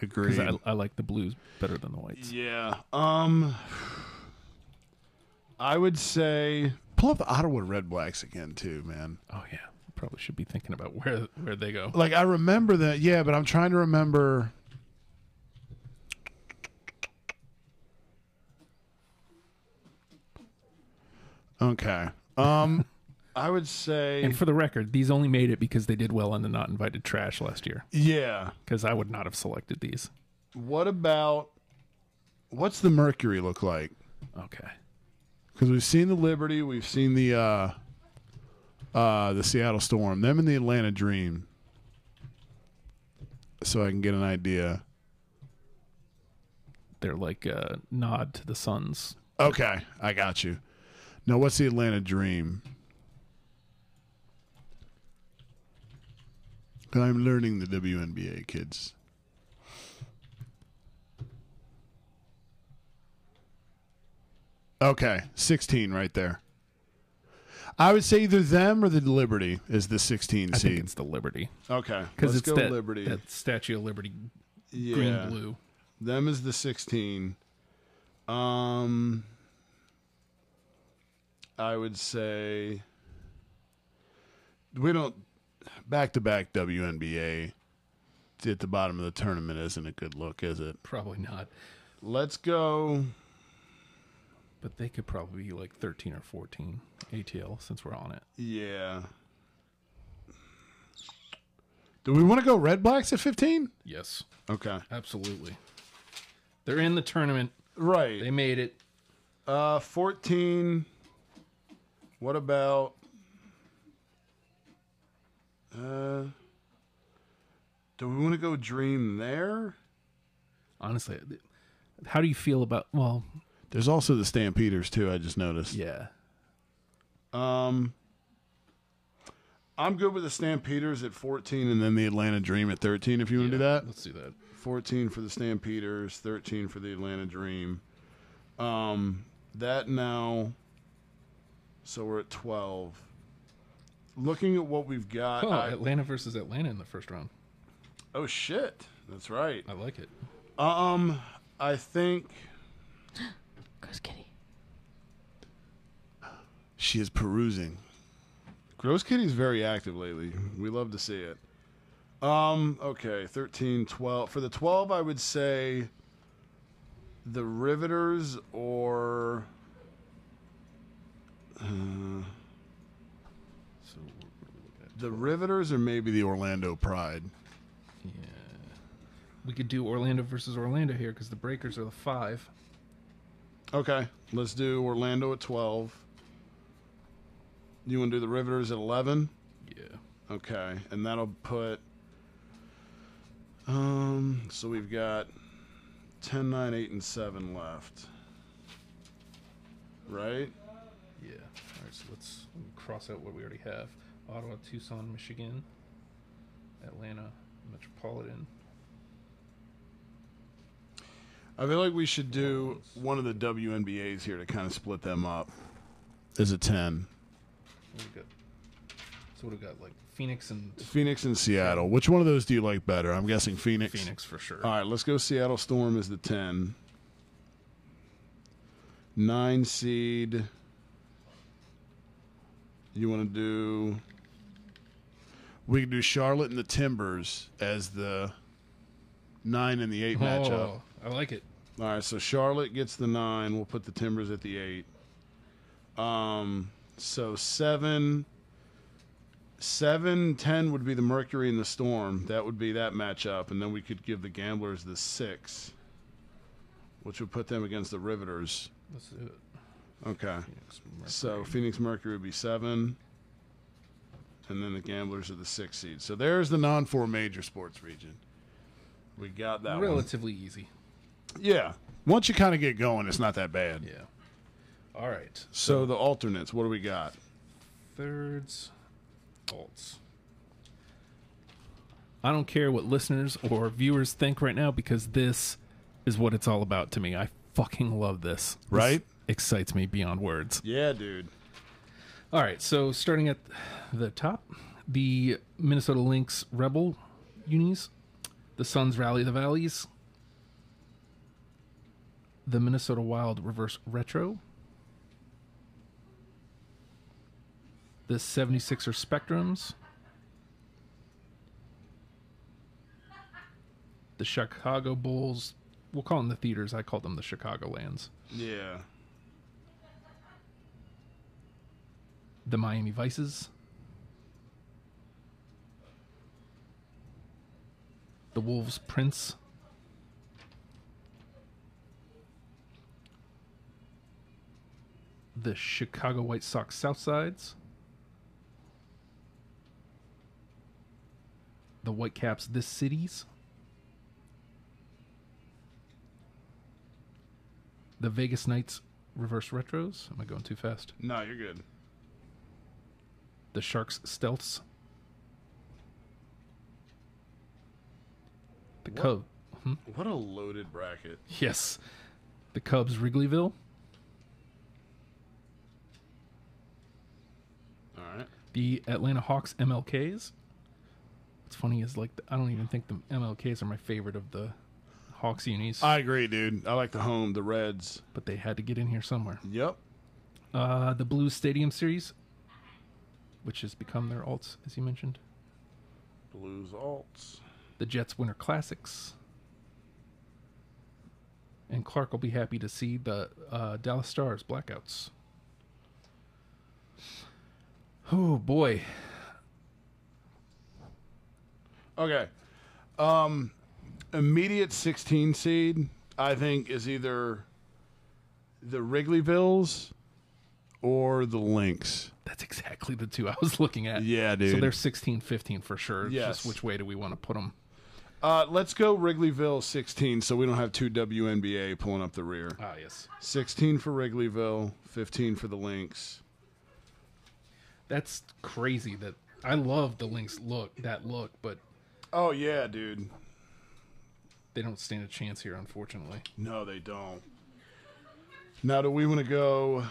agree. because Uh, I, I like the blues better than the whites. Yeah. Um I would say pull up the Ottawa Red Blacks again too, man. Oh yeah, probably should be thinking about where where they go. Like I remember that, yeah, but I'm trying to remember Okay. Um I would say And for the record, these only made it because they did well on the not invited trash last year. yeah. Because I would not have selected these. What about what's the Mercury look like? Okay. because we've seen the Liberty, we've seen the uh, uh, the Seattle Storm, them and the Atlanta Dream, so I can get an idea. They're like a nod to the Suns. Okay, I got you. Now, what's the Atlanta Dream? I'm learning the WNBA, kids. Okay, 16 right there. I would say either them or the Liberty is the 16 I think seed. it's the Liberty. Okay, Because let's it's go that, Liberty. that Statue of Liberty yeah. green blue. Them is the 16. Um I would say we don't back to back WNBA at the bottom of the tournament isn't a good look, is it? Probably not. Let's go. But they could probably be like 13 or 14 ATL since we're on it. Yeah. Do we want to go Red Blacks at 15? Yes, Okay. absolutely. They're in the tournament. Right. They made it. Uh, 14. What about. Uh, do we want to go dream there? Honestly, th- how do you feel about. Well, There's also the Stampeders, too, I just noticed. yeah. Um, I'm good with the Stampeders at 14 and then the Atlanta Dream at 13 if you want to do that. Let's do that. 14 for the Stampeders, 13 for the Atlanta Dream. Um, That now. So we're at 12. Looking at what we've got. Oh, I- Atlanta versus Atlanta in the first round. oh shit. That's right. I like it. Um, I think Gross kitty. she is perusing. Gross Kitty's very active lately. We love to see it. Um, okay, 13, 12. For the 12, I would say the Riveters or. uh, the Riveters or maybe the Orlando Pride. Yeah. We could do Orlando versus Orlando here because the Breakers are the five. Okay, let's do Orlando at 12. You want to do the Riveters at 11? Yeah. Okay, and that'll put. Um, so we've got 10, 9, 8, and 7 left. Right? Yeah. All right, so let's let me cross out what we already have Ottawa, Tucson, Michigan, Atlanta, Metropolitan. I feel like we should do one of the WNBAs here to kind of split them up as a 10. What do we got? So, what do we got? Like Phoenix and Phoenix and Seattle. Which one of those do you like better? I'm guessing Phoenix. Phoenix for sure. All right, let's go Seattle Storm is the 10. Nine seed. You want to do. We can do Charlotte and the Timbers as the nine and the eight matchup. All Oh, I like it. right, so Charlotte gets the nine. We'll put the Timbers at the eight. Um, so seven. Seven, ten would be the Mercury and the Storm. That would be that matchup. And then we could give the Gamblers the six, which would put them against the Riveters. Let's do it. Okay. Phoenix, Mercury. So Phoenix Mercury would be seven. And then the Gamblers are the six seed. So there's the non four major sports region. We got that one. relatively easy. Yeah. Once you kind of get going, it's not that bad. Yeah. All right. So the alternates, what do we got? Thirds, alts. I don't care what listeners or viewers think right now because this is what it's all about to me. I fucking love this. This Right? excites me beyond words. Yeah, dude. All right, so starting at the top, the Minnesota Lynx Rebel unis, the Suns Rally the Valleys, the Minnesota Wild Reverse Retro, the 76er Spectrums, the Chicago Bulls. We'll call them the theaters. I call them the Chicago Lands. Yeah. the Miami Vices, the Wolves Prince, the Chicago White Sox Southsides, the Whitecaps This Cities, the Vegas Knights Reverse Retros. Am I going too fast? No, you're good. the Sharks' stealths. The Cub, What a loaded bracket. yes, the Cubs Wrigleyville, All right. the Atlanta Hawks MLKs. What's funny is like the, I don't even think the MLKs are my favorite of the Hawks unis, I agree, dude. I like the home, the Reds. but they had to get in here somewhere. Yep. Uh, the Blues Stadium Series, which has become their alts, as you mentioned. Blues alts. the Jets Winter Classics. And Clark will be happy to see the uh, Dallas Stars blackouts. Oh boy, Okay. Um, immediate 16 seed, I think, is either the Wrigleyvilles or the Lynx. that's exactly the two I was looking at. Yeah, So dude. they're 16, 15 for sure. It's Yes. Just which way do we want to put them? Uh, let's go Wrigleyville 16 so we don't have two WNBA pulling up the rear. Ah, yes. 16 for Wrigleyville, 15 for the Lynx. That's crazy. That I love the Lynx look, that look, but Oh, yeah, dude. they don't stand a chance here, unfortunately. No, they don't. Now, do we want to go?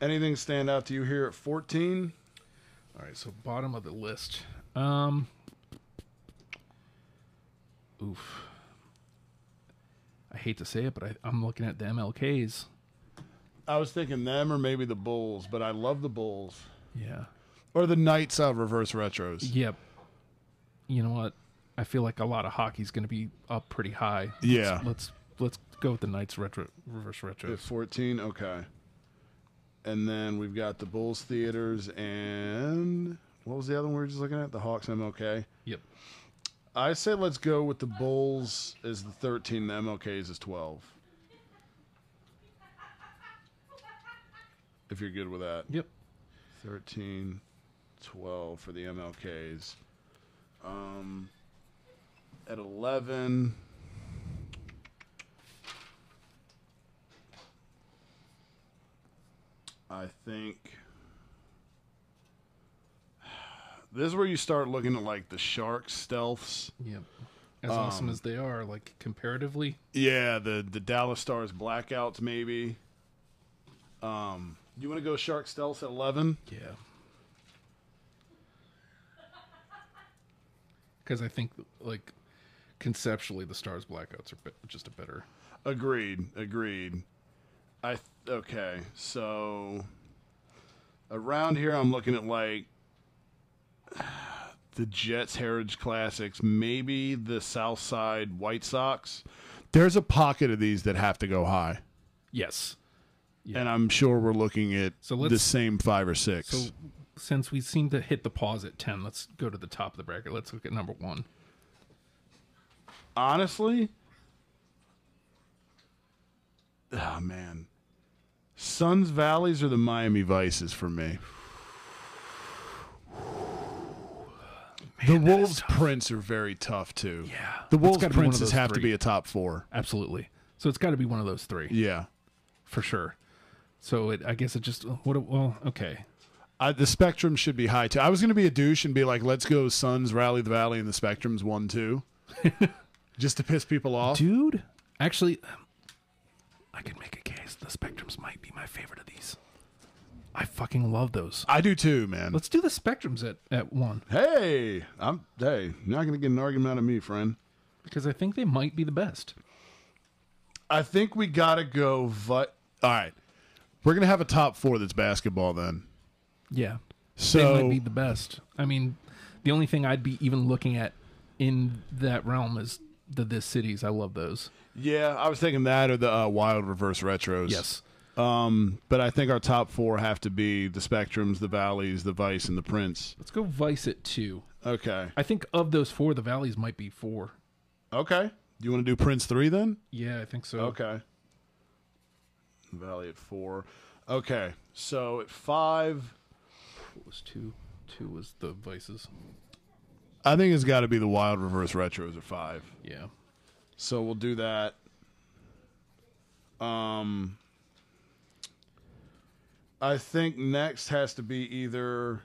Anything stand out to you here at 14? All right, so bottom of the list. Um, oof. I hate to say it, but I, I'm looking at the MLKs. I was thinking them or maybe the Bulls, but I love the Bulls. Yeah. Or the Knights of reverse retros. Yep. You know what? I feel like a lot of hockey's going to be up pretty high. Yeah. Let's let's go with the Knights retro reverse retro. At 14, okay. And then we've got the Bulls theaters and what was the other one we were just looking at? The Hawks MLK. Yep. I say let's go with the Bulls as the 13, the MLKs is 12. If you're good with that. Yep. 13, 12 for the MLKs. Um, at 11. I think this is where you start looking at like the shark stealths. Yep. As awesome as they are, like comparatively, Yeah, the the Dallas Stars blackouts maybe. Um, you want to go shark stealths at 11? yeah. Because I think like conceptually, the Stars blackouts are be- just a better. Agreed. Agreed. I th- okay. So around here, I'm looking at like the Jets Heritage Classics, maybe the South Side White Sox. There's a pocket of these that have to go high, Yes. and I'm sure we're looking at So the let's- same five or six. So since we seem to hit the pause at ten, let's go to the top of the bracket. Let's look at number one. honestly, oh man, Suns Valleys are the Miami Vices for me. the Wolves Prints are very tough too. Yeah. the It's Wolves gotta be one of Princes those have to three. be a top four. Absolutely. So it's got to be one of those three Yeah, for sure. So it, I guess it just what? Well, okay. I, the Spectrum should be high too. I was going to be a douche and be like, "Let's go Suns, Rally the Valley, and the Spectrum's one two, just to piss people off. dude. Actually, I could make a case. The spectrums might be my favorite of these. I fucking love those. I do too, man. Let's do the spectrums at, at one hey, I'm hey, you're not going to get an argument out of me, friend. because I think they might be the best. I think we gotta go. But all right, we're gonna have a top four that's basketball then. Yeah, they So might be the best. I mean, the only thing I'd be even looking at in that realm is the this cities. I love those. yeah, I was thinking that or the uh, wild reverse retros. Yes, Um, but I think our top four have to be the Spectrums, the Valleys, the Vice, and the Prince. let's go Vice at two. Okay. I think of those four, the Valleys might be four. Okay. You want to do Prince three then? Yeah, I think so. Okay. Valley at four. Okay. So at five, What was two? Two was the Vices. I think it's got to be the Wild Reverse Retros at five. Yeah. So we'll do that. Um, I think next has to be either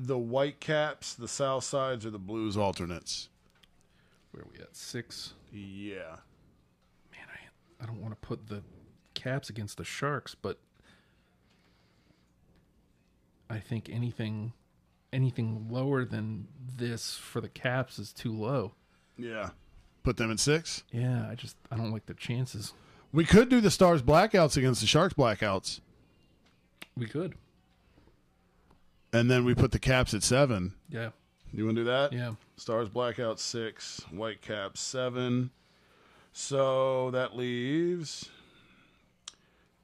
the Whitecaps, the South Sides, or the Blues alternates. Where are we at? Six. Yeah. Man, I, I don't want to put the Caps against the Sharks, but I think anything anything lower than this for the Caps is too low. Yeah. Put them at six. Yeah, I just I don't like their chances. We could do the Stars blackouts against the Sharks blackouts, We could. and then we put the Caps at seven. Yeah. You want to do that? Yeah. Stars blackout six, Whitecaps seven. So that leaves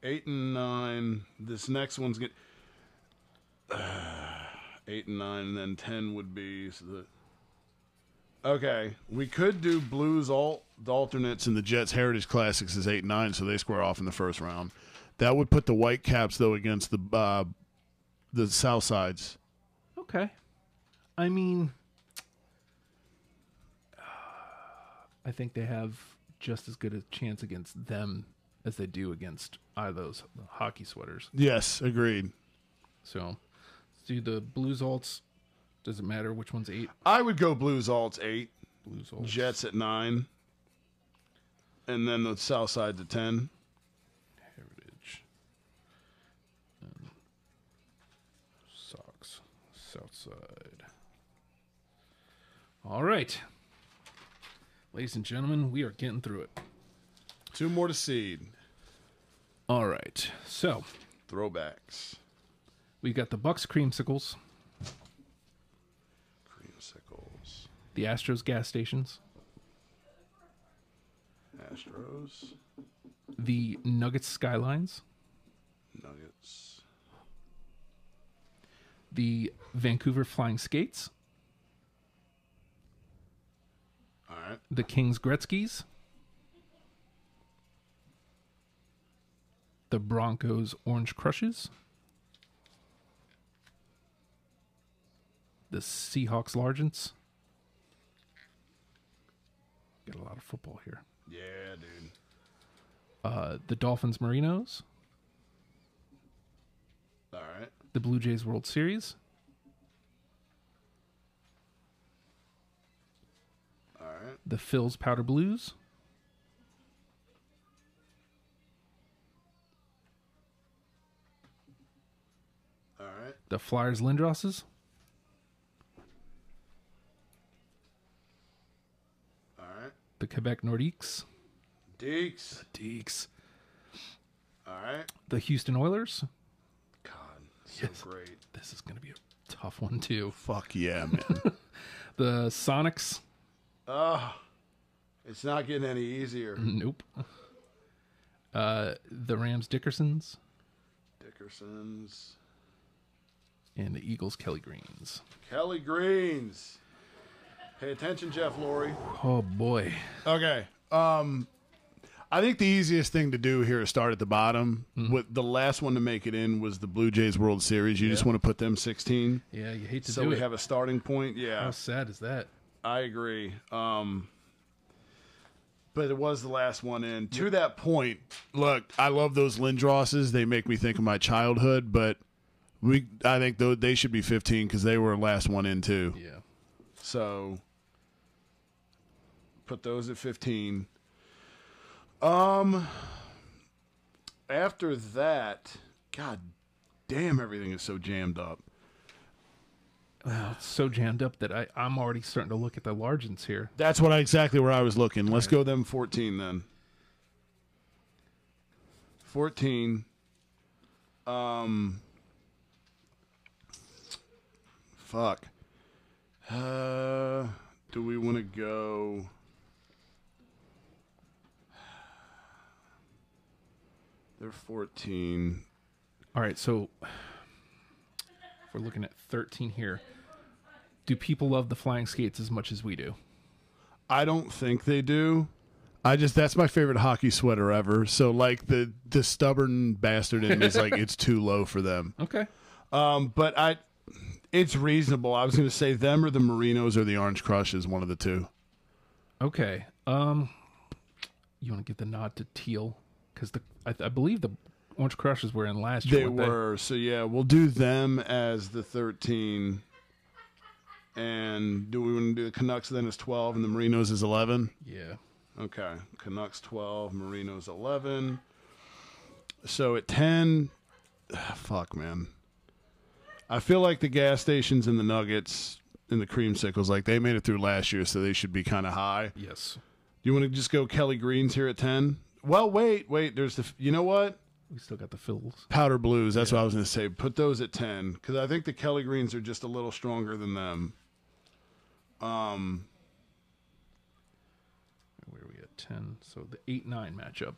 eight and nine. This next one's get eight and nine, and then ten would be so the. Okay, we could do Blues alt the alternates and the Jets Heritage Classics is eight and nine, so they square off in the first round. That would put the Whitecaps though against the uh, the South Sides. Okay. I mean I think they have just as good a chance against them as they do against either those hockey sweaters. Yes, agreed. So, let's do the Blues alts. Does it matter which one's eight? I would go Blues alt eight. Blues alts. Jets at nine, and then the South Side's at ten. outside. All right. Ladies and gentlemen, we are getting through it. Two more to seed. All right. So, Throwbacks. we've got the Bucks creamsicles, Creamsicles. the Astros gas stations, Astros. the Nuggets skylines, Nuggets. the Vancouver flying skates, All right. the Kings Gretzky's, the Broncos Orange Crushes, the Seahawks Largents. Got a lot of football here. Yeah, dude. Uh, the Dolphins Marinos, All right. the Blue Jays World Series, All right. the Phil's Powder Blues, All right. the Flyers Lindrosses, All right. the Quebec Nordiques, Deeks. Deeks, All right. the Houston Oilers. God, so great. This is going to be a tough one too. Fuck yeah, man. The Sonics. Ah, it's not getting any easier. Nope. Uh, the Rams Dickersons Dickerson's. and the Eagles Kelly Greens. Kelly Greens. Pay attention, Jeff Lurie. Oh boy. Okay. Um, I think the easiest thing to do here is start at the bottom. Mm-hmm. With the last one to make it in was the Blue Jays World Series. You just want to put them 16, Yeah, you hate to so do we it. have a starting point. How Yeah, sad is that? I agree. Um, but it was the last one in. To that point, look, I love those Lindrosses. They make me think of my childhood. But we, I think though they should be 15 because they were last one in too. Yeah. So put those at 15. Um after that, god damn everything is so jammed up. Wow, it's so jammed up that I, I'm already starting to look at the largents here. That's what I exactly where I was looking. Let's go them 14 then. 14 um fuck. Uh do we want to go They're 14. All right, so if we're looking at 13 here. Do people love the flying skates as much as we do? I don't think they do. I just that's my favorite hockey sweater ever. So like the the stubborn bastard in me is like it's too low for them. Okay. Um, but I, it's reasonable. I was going to say them or the Merinos or the Orange Crush is one of the two. Okay. Um, you want to give the nod to Teal because the I, I believe the Orange Crushes were in last year. They weren't were so yeah. We'll do them as the thirteen, and do we want to do the Canucks then as twelve and the Merinos as eleven? Yeah. Okay, Canucks twelve, Merinos eleven. So at ten, ah, fuck man, I feel like the gas stations and the Nuggets and the creamsicles like they made it through last year, so they should be kind of high. Yes. You want to just go Kelly Greens here at 10? Well, wait, wait. There's the, you know what? We still got the fills. Powder Blues. That's what I was going to say. Put those at 10 because I think the Kelly Greens are just a little stronger than them. Um, Where are we at? 10. So the 8 9 matchup.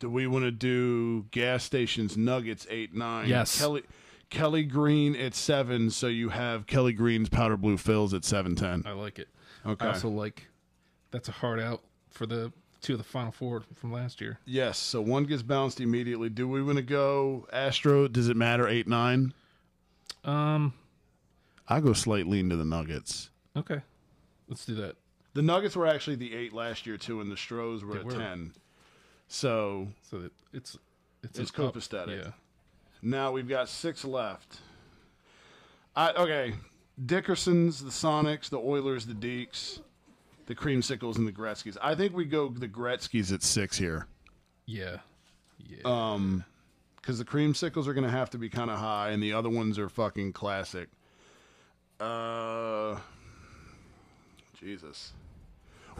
do we want to do gas stations, Nuggets, 8, 9? Yes. Kelly, Kelly Green at 7. So you have Kelly Green's Powder Blue Fills at seven ten. I like it. Okay. I also like that's a hard out for the two of the final four from last year. yes. So one gets bounced immediately. Do we want to go Astro? Does it matter? 8, 9? Um, I go slightly into the Nuggets. okay. Let's do that. The Nuggets were actually the eight last year too, and the Stros were They at were. ten. So So that it's it's It's an up- copacetic. Yeah. now we've got six left. I okay. Dickerson's, the Sonics, the Oilers, the Deeks, the Creamsicles, and the Gretzky's. I think we go the Gretzky's at six here. Yeah. Yeah. Um, because the creamsicles are going to have to be kind of high, and the other ones are fucking classic. Uh, Jesus.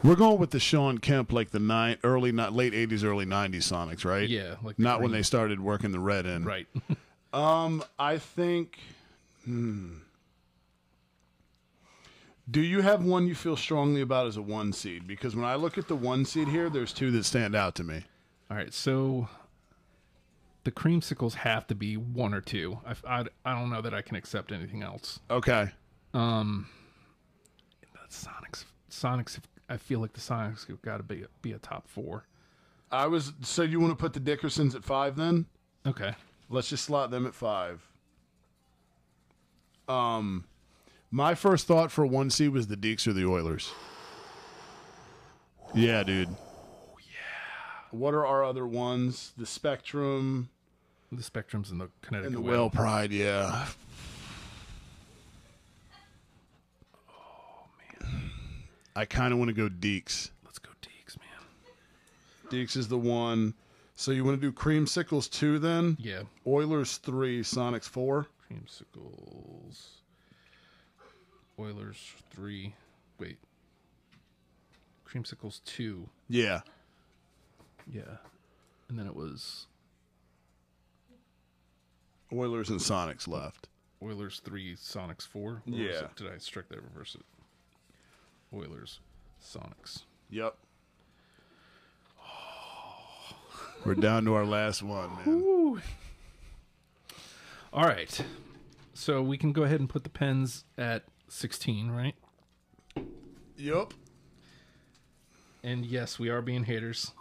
We're going with the Sean Kemp, like the nine early, not late '80s, early '90s Sonics, right? Yeah, like the not when green. they started working the red end. Right. Um, I think. hmm. Do you have one you feel strongly about as a one seed? Because when I look at the one seed here, there's two that stand out to me. All right, so the creamsicles have to be one or two. I, I, I don't know that I can accept anything else. Okay. Um, the Sonics, Sonics. I feel like the Sonics have got to be be a top four. I was so you want to put the Dickersons at five then? Okay, Let's just slot them at five. Um, my first thought for one seed was the Deeks or the Oilers. Yeah, dude. yeah. What are our other ones? The Spectrum the Spectrums and the Connecticut and the Whale. Whale Pride. Yeah. Oh, I kind of want to go Deeks. Let's go Deeks, man. Deeks is the one. So you want to do Creamsicles two then? Yeah, Oilers three, Sonics four. creamsicles. Oilers three. Wait, creamsicles two. Yeah. Yeah, and then it was Oilers and Sonics left. Oilers three, Sonics four. Or was Yeah. it- did I strike that? Reverse it. Oilers, Sonics. Yep. Oh. We're down to our last one, man. All right. So we can go ahead and put the pens at 16, right? Yep. And yes, we are being haters.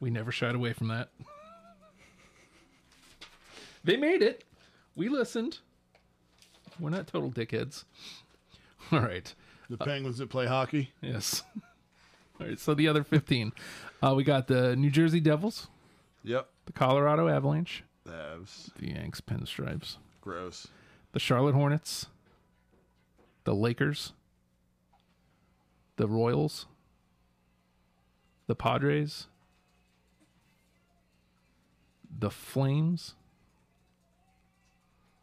We never shied away from that. they made it. We listened. We're not total dickheads. All right. The Penguins that play hockey. Yes. All right. So the other 15. Uh, we got the New Jersey Devils, Yep. the Colorado Avalanche, That was the Yanks Pinstripes, gross. the Charlotte Hornets, the Lakers, the Royals, the Padres, the Flames,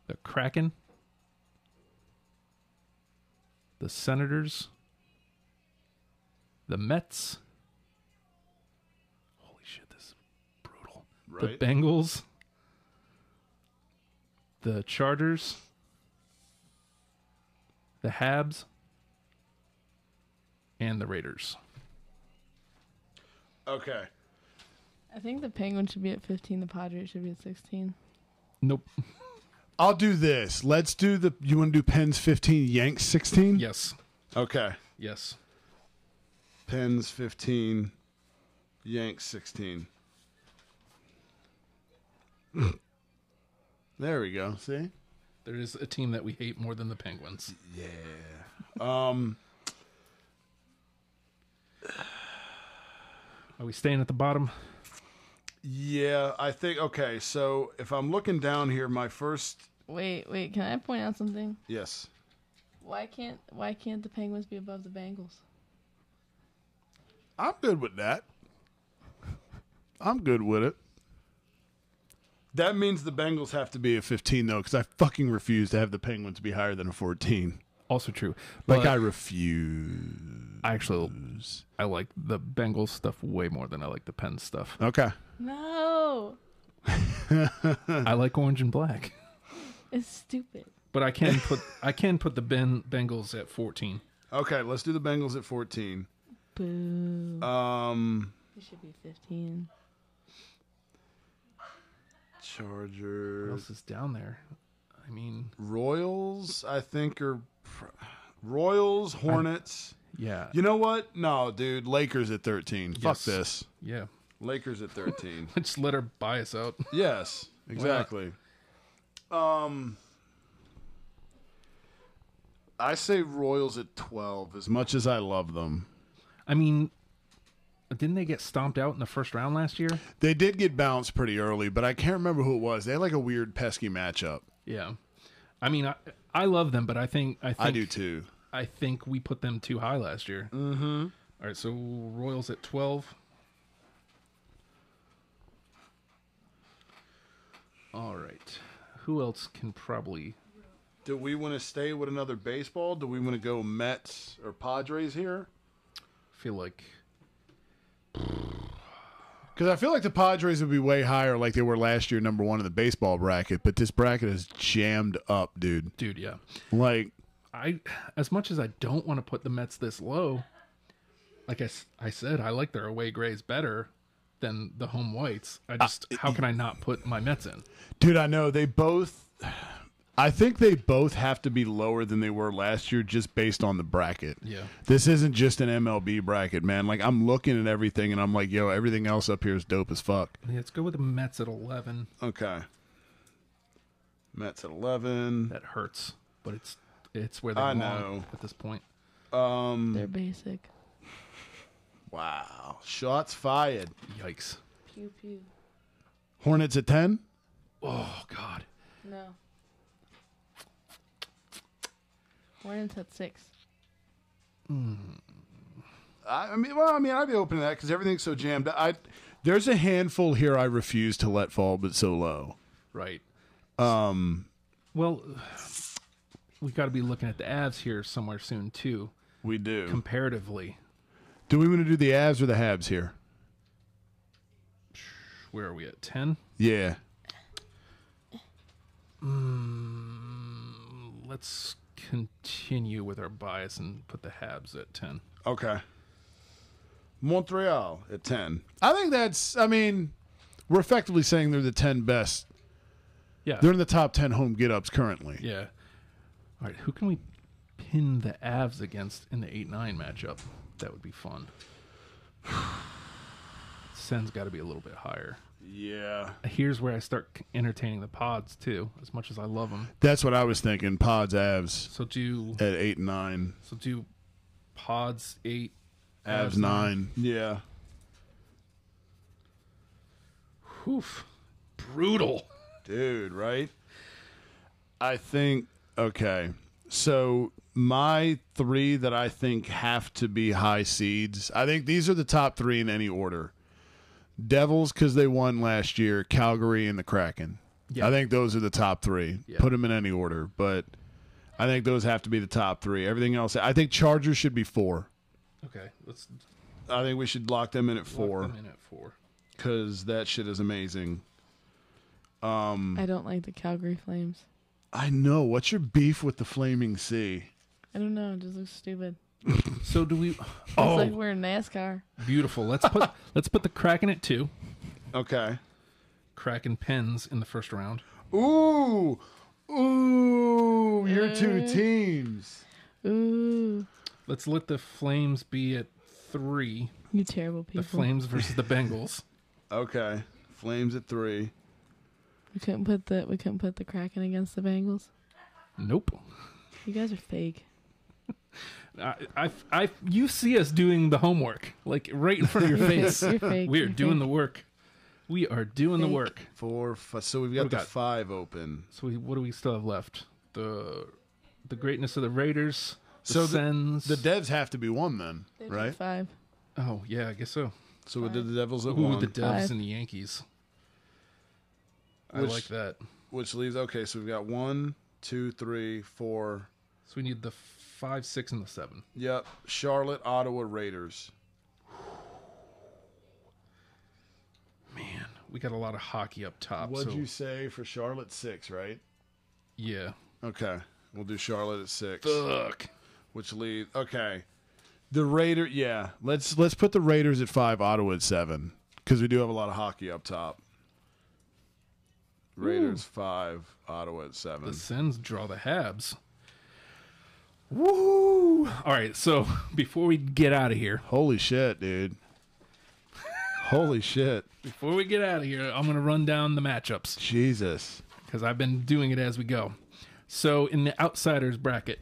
the Kraken, the Senators, the Mets. Holy shit, this is brutal. Right. The Bengals, the Chargers, the Habs, and the Raiders. Okay. I think the Penguins should be at 15. The Padres should be at 16. Nope. I'll do this. Let's do the. You want to do Pens 15, Yanks 16? Yes. Okay. Yes. Pens 15, Yanks 16. there we go. See? There is a team that we hate more than the Penguins. Um, Are we staying at the bottom? yeah, I think. Okay, so if I'm looking down here, my first. Wait, wait. Can I point out something? Yes. Why can't Why can't the Penguins be above the Bengals? I'm good with that. I'm good with it. That means the Bengals have to be a 15 though, because I fucking refuse to have the Penguins be higher than a 14. Also true. Like But I refuse. I actually I like the Bengals stuff way more than I like the Pens stuff. Okay. No, I like orange and black. it's stupid. But I can put I can put the ben, Bengals at 14. Okay, let's do the Bengals at 14. Boo. Um, it should be 15. What Chargers, else is down there? I mean, Royals, I think are pr- Royals, Hornets. yeah. you know what? No, dude, Lakers at 13. Fuck Yes. this. Yeah. Lakers at 13. Let's let her buy us out. Yes, exactly. Um, I say Royals at twelve. As much as I love them, I mean, didn't they get stomped out in the first round last year? they did get bounced pretty early, but I can't remember who it was. They had like a weird pesky matchup. Yeah. I mean, I, I love them, but I think I think I do too. I think we put them too high last year. Mm-hmm. All right, so Royals at twelve. All right, who else can probably Do we want to stay with another baseball? Do we want to go Mets or Padres here? feel like Because I feel like the Padres would be way higher, like they were last year, number one in the baseball bracket. But this bracket is jammed up, dude. dude, yeah. Like, I as much as I don't want to put the Mets this low, like I, s- I said, I like their away grays better than the home whites. I just how can I not put my Mets in? dude, I know they both. I think they both have to be lower than they were last year, just based on the bracket. Yeah. this isn't just an MLB bracket, man. Like I'm looking at everything, and I'm like, yo, everything else up here is dope as fuck. Yeah, let's go with the Mets at eleven. Okay. Mets at eleven. That hurts, but it's it's where they I belong know. at this point. Mm. They're basic. Wow, shots fired. Yikes! Pew pew. Hornets at ten. Oh God, No. Hornets at six. I I mean, well, I mean, I'd be open to that because everything's so jammed. I there's a handful here I refuse to let fall, but so low. right? Um, well, we got to be looking at the Avs here somewhere soon too. We do. Comparatively, do we want to do the Avs or the Habs here? where are we at ten? Yeah, Let's continue with our bias and put the Habs at ten. Okay. Montreal at 10. I think that's, I mean, we're effectively saying they're the 10 best. Yeah. They're in the top 10 home get ups currently. Yeah. All right. Who can we pin the Avs against in the eight nine matchup? That would be fun. Sen's got to be a little bit higher. Yeah. Here's where I start c- entertaining the pods too, as much as I love them. That's what I was thinking. Pods, Avs So do at 8 and 9. so do pods eight. Avs, Avs 9. nine. Yeah. Oof, brutal. Dude, right? I think, okay. So my three that I think have to be high seeds, I think these are the top three in any order Devils, because they won last year, Calgary, and the Kraken. Yeah. I think those are the top three. Yeah. Put them in any order, but I think those have to be the top three. Everything else, I think Chargers should be four. Okay, let's I think we should lock them in at lock four them in at four. because that shit is amazing. Mm. I don't like the Calgary Flames. I know. What's your beef with the Flaming Sea? I don't know. It just looks stupid. So do we? It's like Oh, we're in NASCAR. beautiful. Let's put let's put the Kraken at two. Okay. Kraken pins in the first round. Ooh, ooh, your two teams. Ooh, Let's let the Flames be at three. you terrible people. The Flames versus the Bengals. Okay, Flames at three. We couldn't put the we couldn't put the Kraken against the Bengals. Nope. You guys are fake. I, I, I, you see us doing the homework, like right in front of your face. You're fake. We are You're doing the fake. work. We are doing the Fake. work. Four, five. So we've got we the got? five open. So we, what do we still have left? The, the greatness of the Raiders. The So the- Sens. The Devs have to be one then, They did right? Five. oh yeah, I guess so. So we did the Devils at Ooh, one, the Devs Five. and the Yankees. I Which- like that. which leaves. Okay, so we've got one, two, three, four. So we need the five, six, and the seven. Yep, Charlotte, Ottawa, Raiders. Man, we got a lot of hockey up top. What'd so you say for Charlotte? Six, right? yeah. Okay, we'll do Charlotte at six. Fuck. which leaves okay. The Raider, yeah. Let's let's put the Raiders at five, Ottawa at seven, because we do have a lot of hockey up top. Raiders five, Ottawa at seven. The Sens draw the Habs. Woo! All right, so before we get out of here, Holy shit, dude! Holy shit, before we get out of here, I'm going to run down the matchups Jesus! because I've been doing it as we go. So in the outsiders bracket,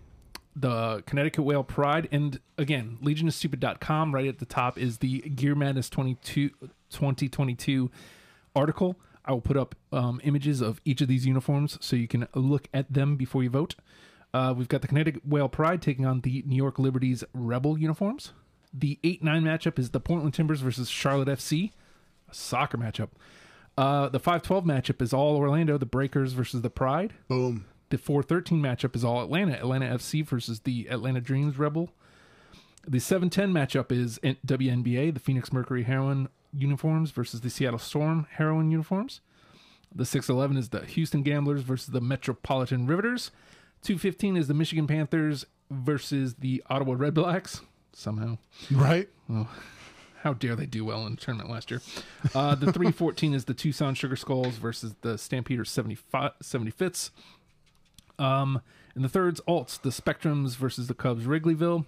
the Connecticut Whale Pride, and again, legionofstupid.com, right at the top is the Gear Madness 22, 2022 article. I will put up um, images of each of these uniforms so you can look at them before you vote. Uh, we've got the Connecticut Whale Pride taking on the New York Liberty's Rebel uniforms. The 8 9 matchup is the Portland Timbers versus Charlotte FC, a soccer matchup. Uh, the 5 12 matchup is all Orlando, the Breakers versus the Pride. Boom. The 413 matchup is all Atlanta. Atlanta FC versus the Atlanta Dreams Rebel. The 710 matchup is N- WNBA, the Phoenix Mercury heroin uniforms versus the Seattle Storm heroin uniforms. The 611 is the Houston Gamblers versus the Metropolitan Riveters. 215 is the Michigan Panthers versus the Ottawa Red Blacks. Somehow. Right? How dare they do well in the tournament last year? Uh, the 314 is the Tucson Sugar Skulls versus the Stampeders 75, 75ths. Um, and the third's alts, the Spectrums versus the Cubs Wrigleyville.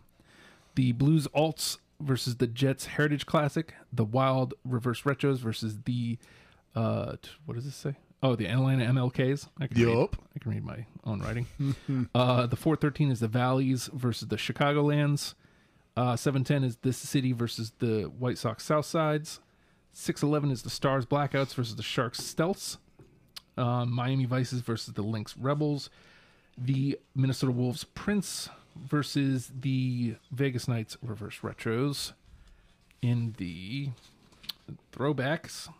The Blues alts versus the Jets Heritage Classic. The Wild reverse retros versus the, uh, t- what does this say? Oh, the Atlanta MLKs. I can read- Yup. I can read my own writing. uh, the 413 is the Valleys versus the Chicagolands. Uh, 710 is this city versus the White Sox South Sides. 611 is the Stars Blackouts versus the Sharks Stealths. Um, Miami Vices versus the Lynx Rebels. The Minnesota Wolves Prince versus the Vegas Knights Reverse Retros. In the throwbacks,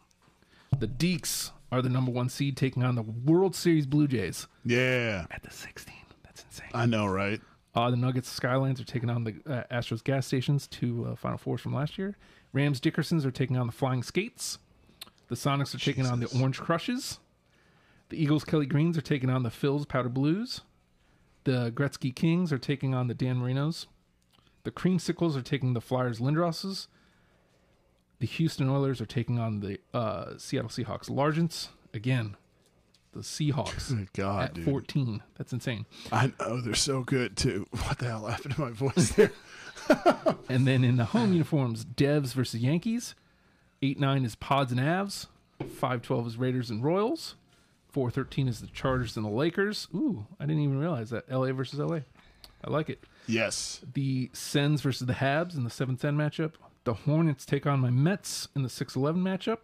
the Deeks are the number one seed taking on the World Series Blue Jays Yeah. at the 16. That's insane. I know, right? Uh, the Nuggets Skylines are taking on the uh, Astros gas stations, two uh, Final Fours from last year. Rams Dickersons are taking on the Flying Skates. The Sonics are taking on the Orange Crushes. The Eagles Kelly Greens are taking on the Phil's Powder Blues. The Gretzky Kings are taking on the Dan Marinos. The Creamsicles are taking the Flyers Lindrosses. The Houston Oilers are taking on the uh, Seattle Seahawks Largents. Again, the Seahawks Good God, at dude. 14. That's insane. I know they're so good too. What the hell happened to my voice there? And then in the home uniforms, Devs versus Yankees. 8 9 is Pods and Avs. 5 12 is Raiders and Royals. 4 13 is the Chargers and the Lakers. Ooh, I didn't even realize that. LA versus LA. I like it. yes. The Sens versus the Habs in the 7 10 matchup. The Hornets take on my Mets in the 6 11 matchup.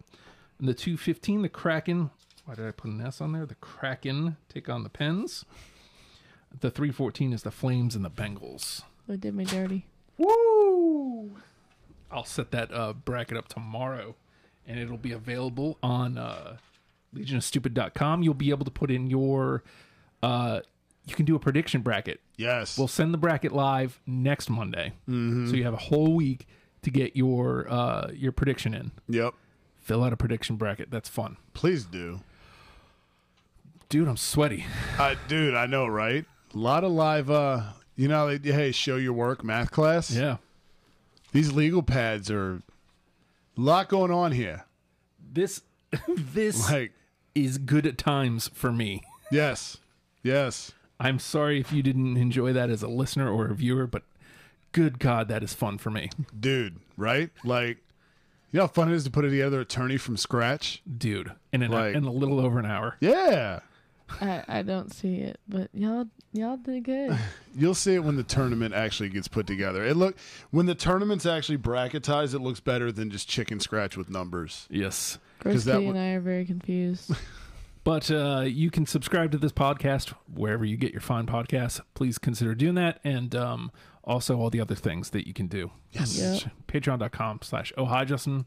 And the 2 15, the Kraken. Why did I put an S on there? The Kraken take on the Pens. The 3 14 is the Flames and the Bengals. They did me dirty. Woo! I'll set that uh, bracket up tomorrow, and it'll be available on uh, legionofstupid.com. You'll be able to put in your. Uh, you can do a prediction bracket. Yes. We'll send the bracket live next Monday, so you have a whole week to get your uh, your prediction in. yep. Fill out a prediction bracket. That's fun, Please do. dude. I'm sweaty. I, dude, I know, right? A lot of live uh you know, like, hey, show your work math class. Yeah, These legal pads are a lot going on here. this this Like, is good at times for me. yes. Yes. I'm sorry if you didn't enjoy that as a listener or a viewer, but good God, that is fun for me. Dude, right? Like you know how fun it is to put together attorney from scratch? Dude. And in, Like- a, in a little over an hour. Yeah. I, I don't see it, but y'all y'all did good. You'll see it when the tournament actually gets put together. It look when the tournament's actually bracketized, it looks better than just chicken scratch with numbers. Yes. Bruce that Lee one- and I are very confused. But uh, you can subscribe to this podcast wherever you get your fine podcasts. Please consider doing that. And um, also all the other things that you can do. Yes. Yep. Patreon.com slash oh hi Justin.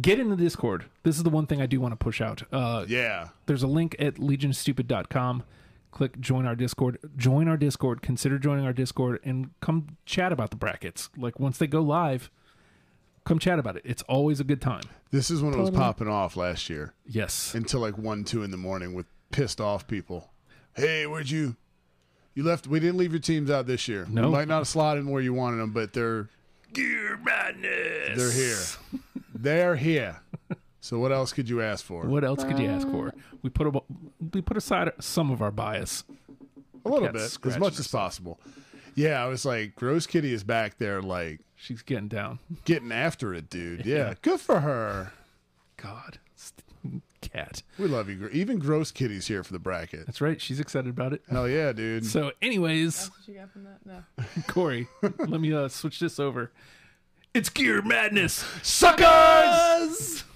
Get in the Discord. This is the one thing I do want to push out. Uh, Yeah. there's a link at legionstupid.com click join our discord join our discord consider joining our discord and come chat about the brackets like once they go live come chat about it it's always a good time This is when it was Totally. popping off last year yes until like one, two in the morning with pissed off people. Hey, where'd you? You left. We didn't leave your teams out this year. No. we might not have slotted in where you wanted them, but they're gear madness they're here. they're here. So what else could you ask for? what else could you ask for we put a, we put aside some of our bias a little Cat's bit, as scratching much as possible. Yeah, I was like, Gross Kitty is back there, like she's getting down getting after it, dude. Yeah, good for her. god cat We love you. Gro- Even Gross Kitty's here for the bracket. that's right she's excited about it Hell yeah, dude. so anyways What you got from that? No. corey let me uh, switch this over it's gear madness Suckers! Us!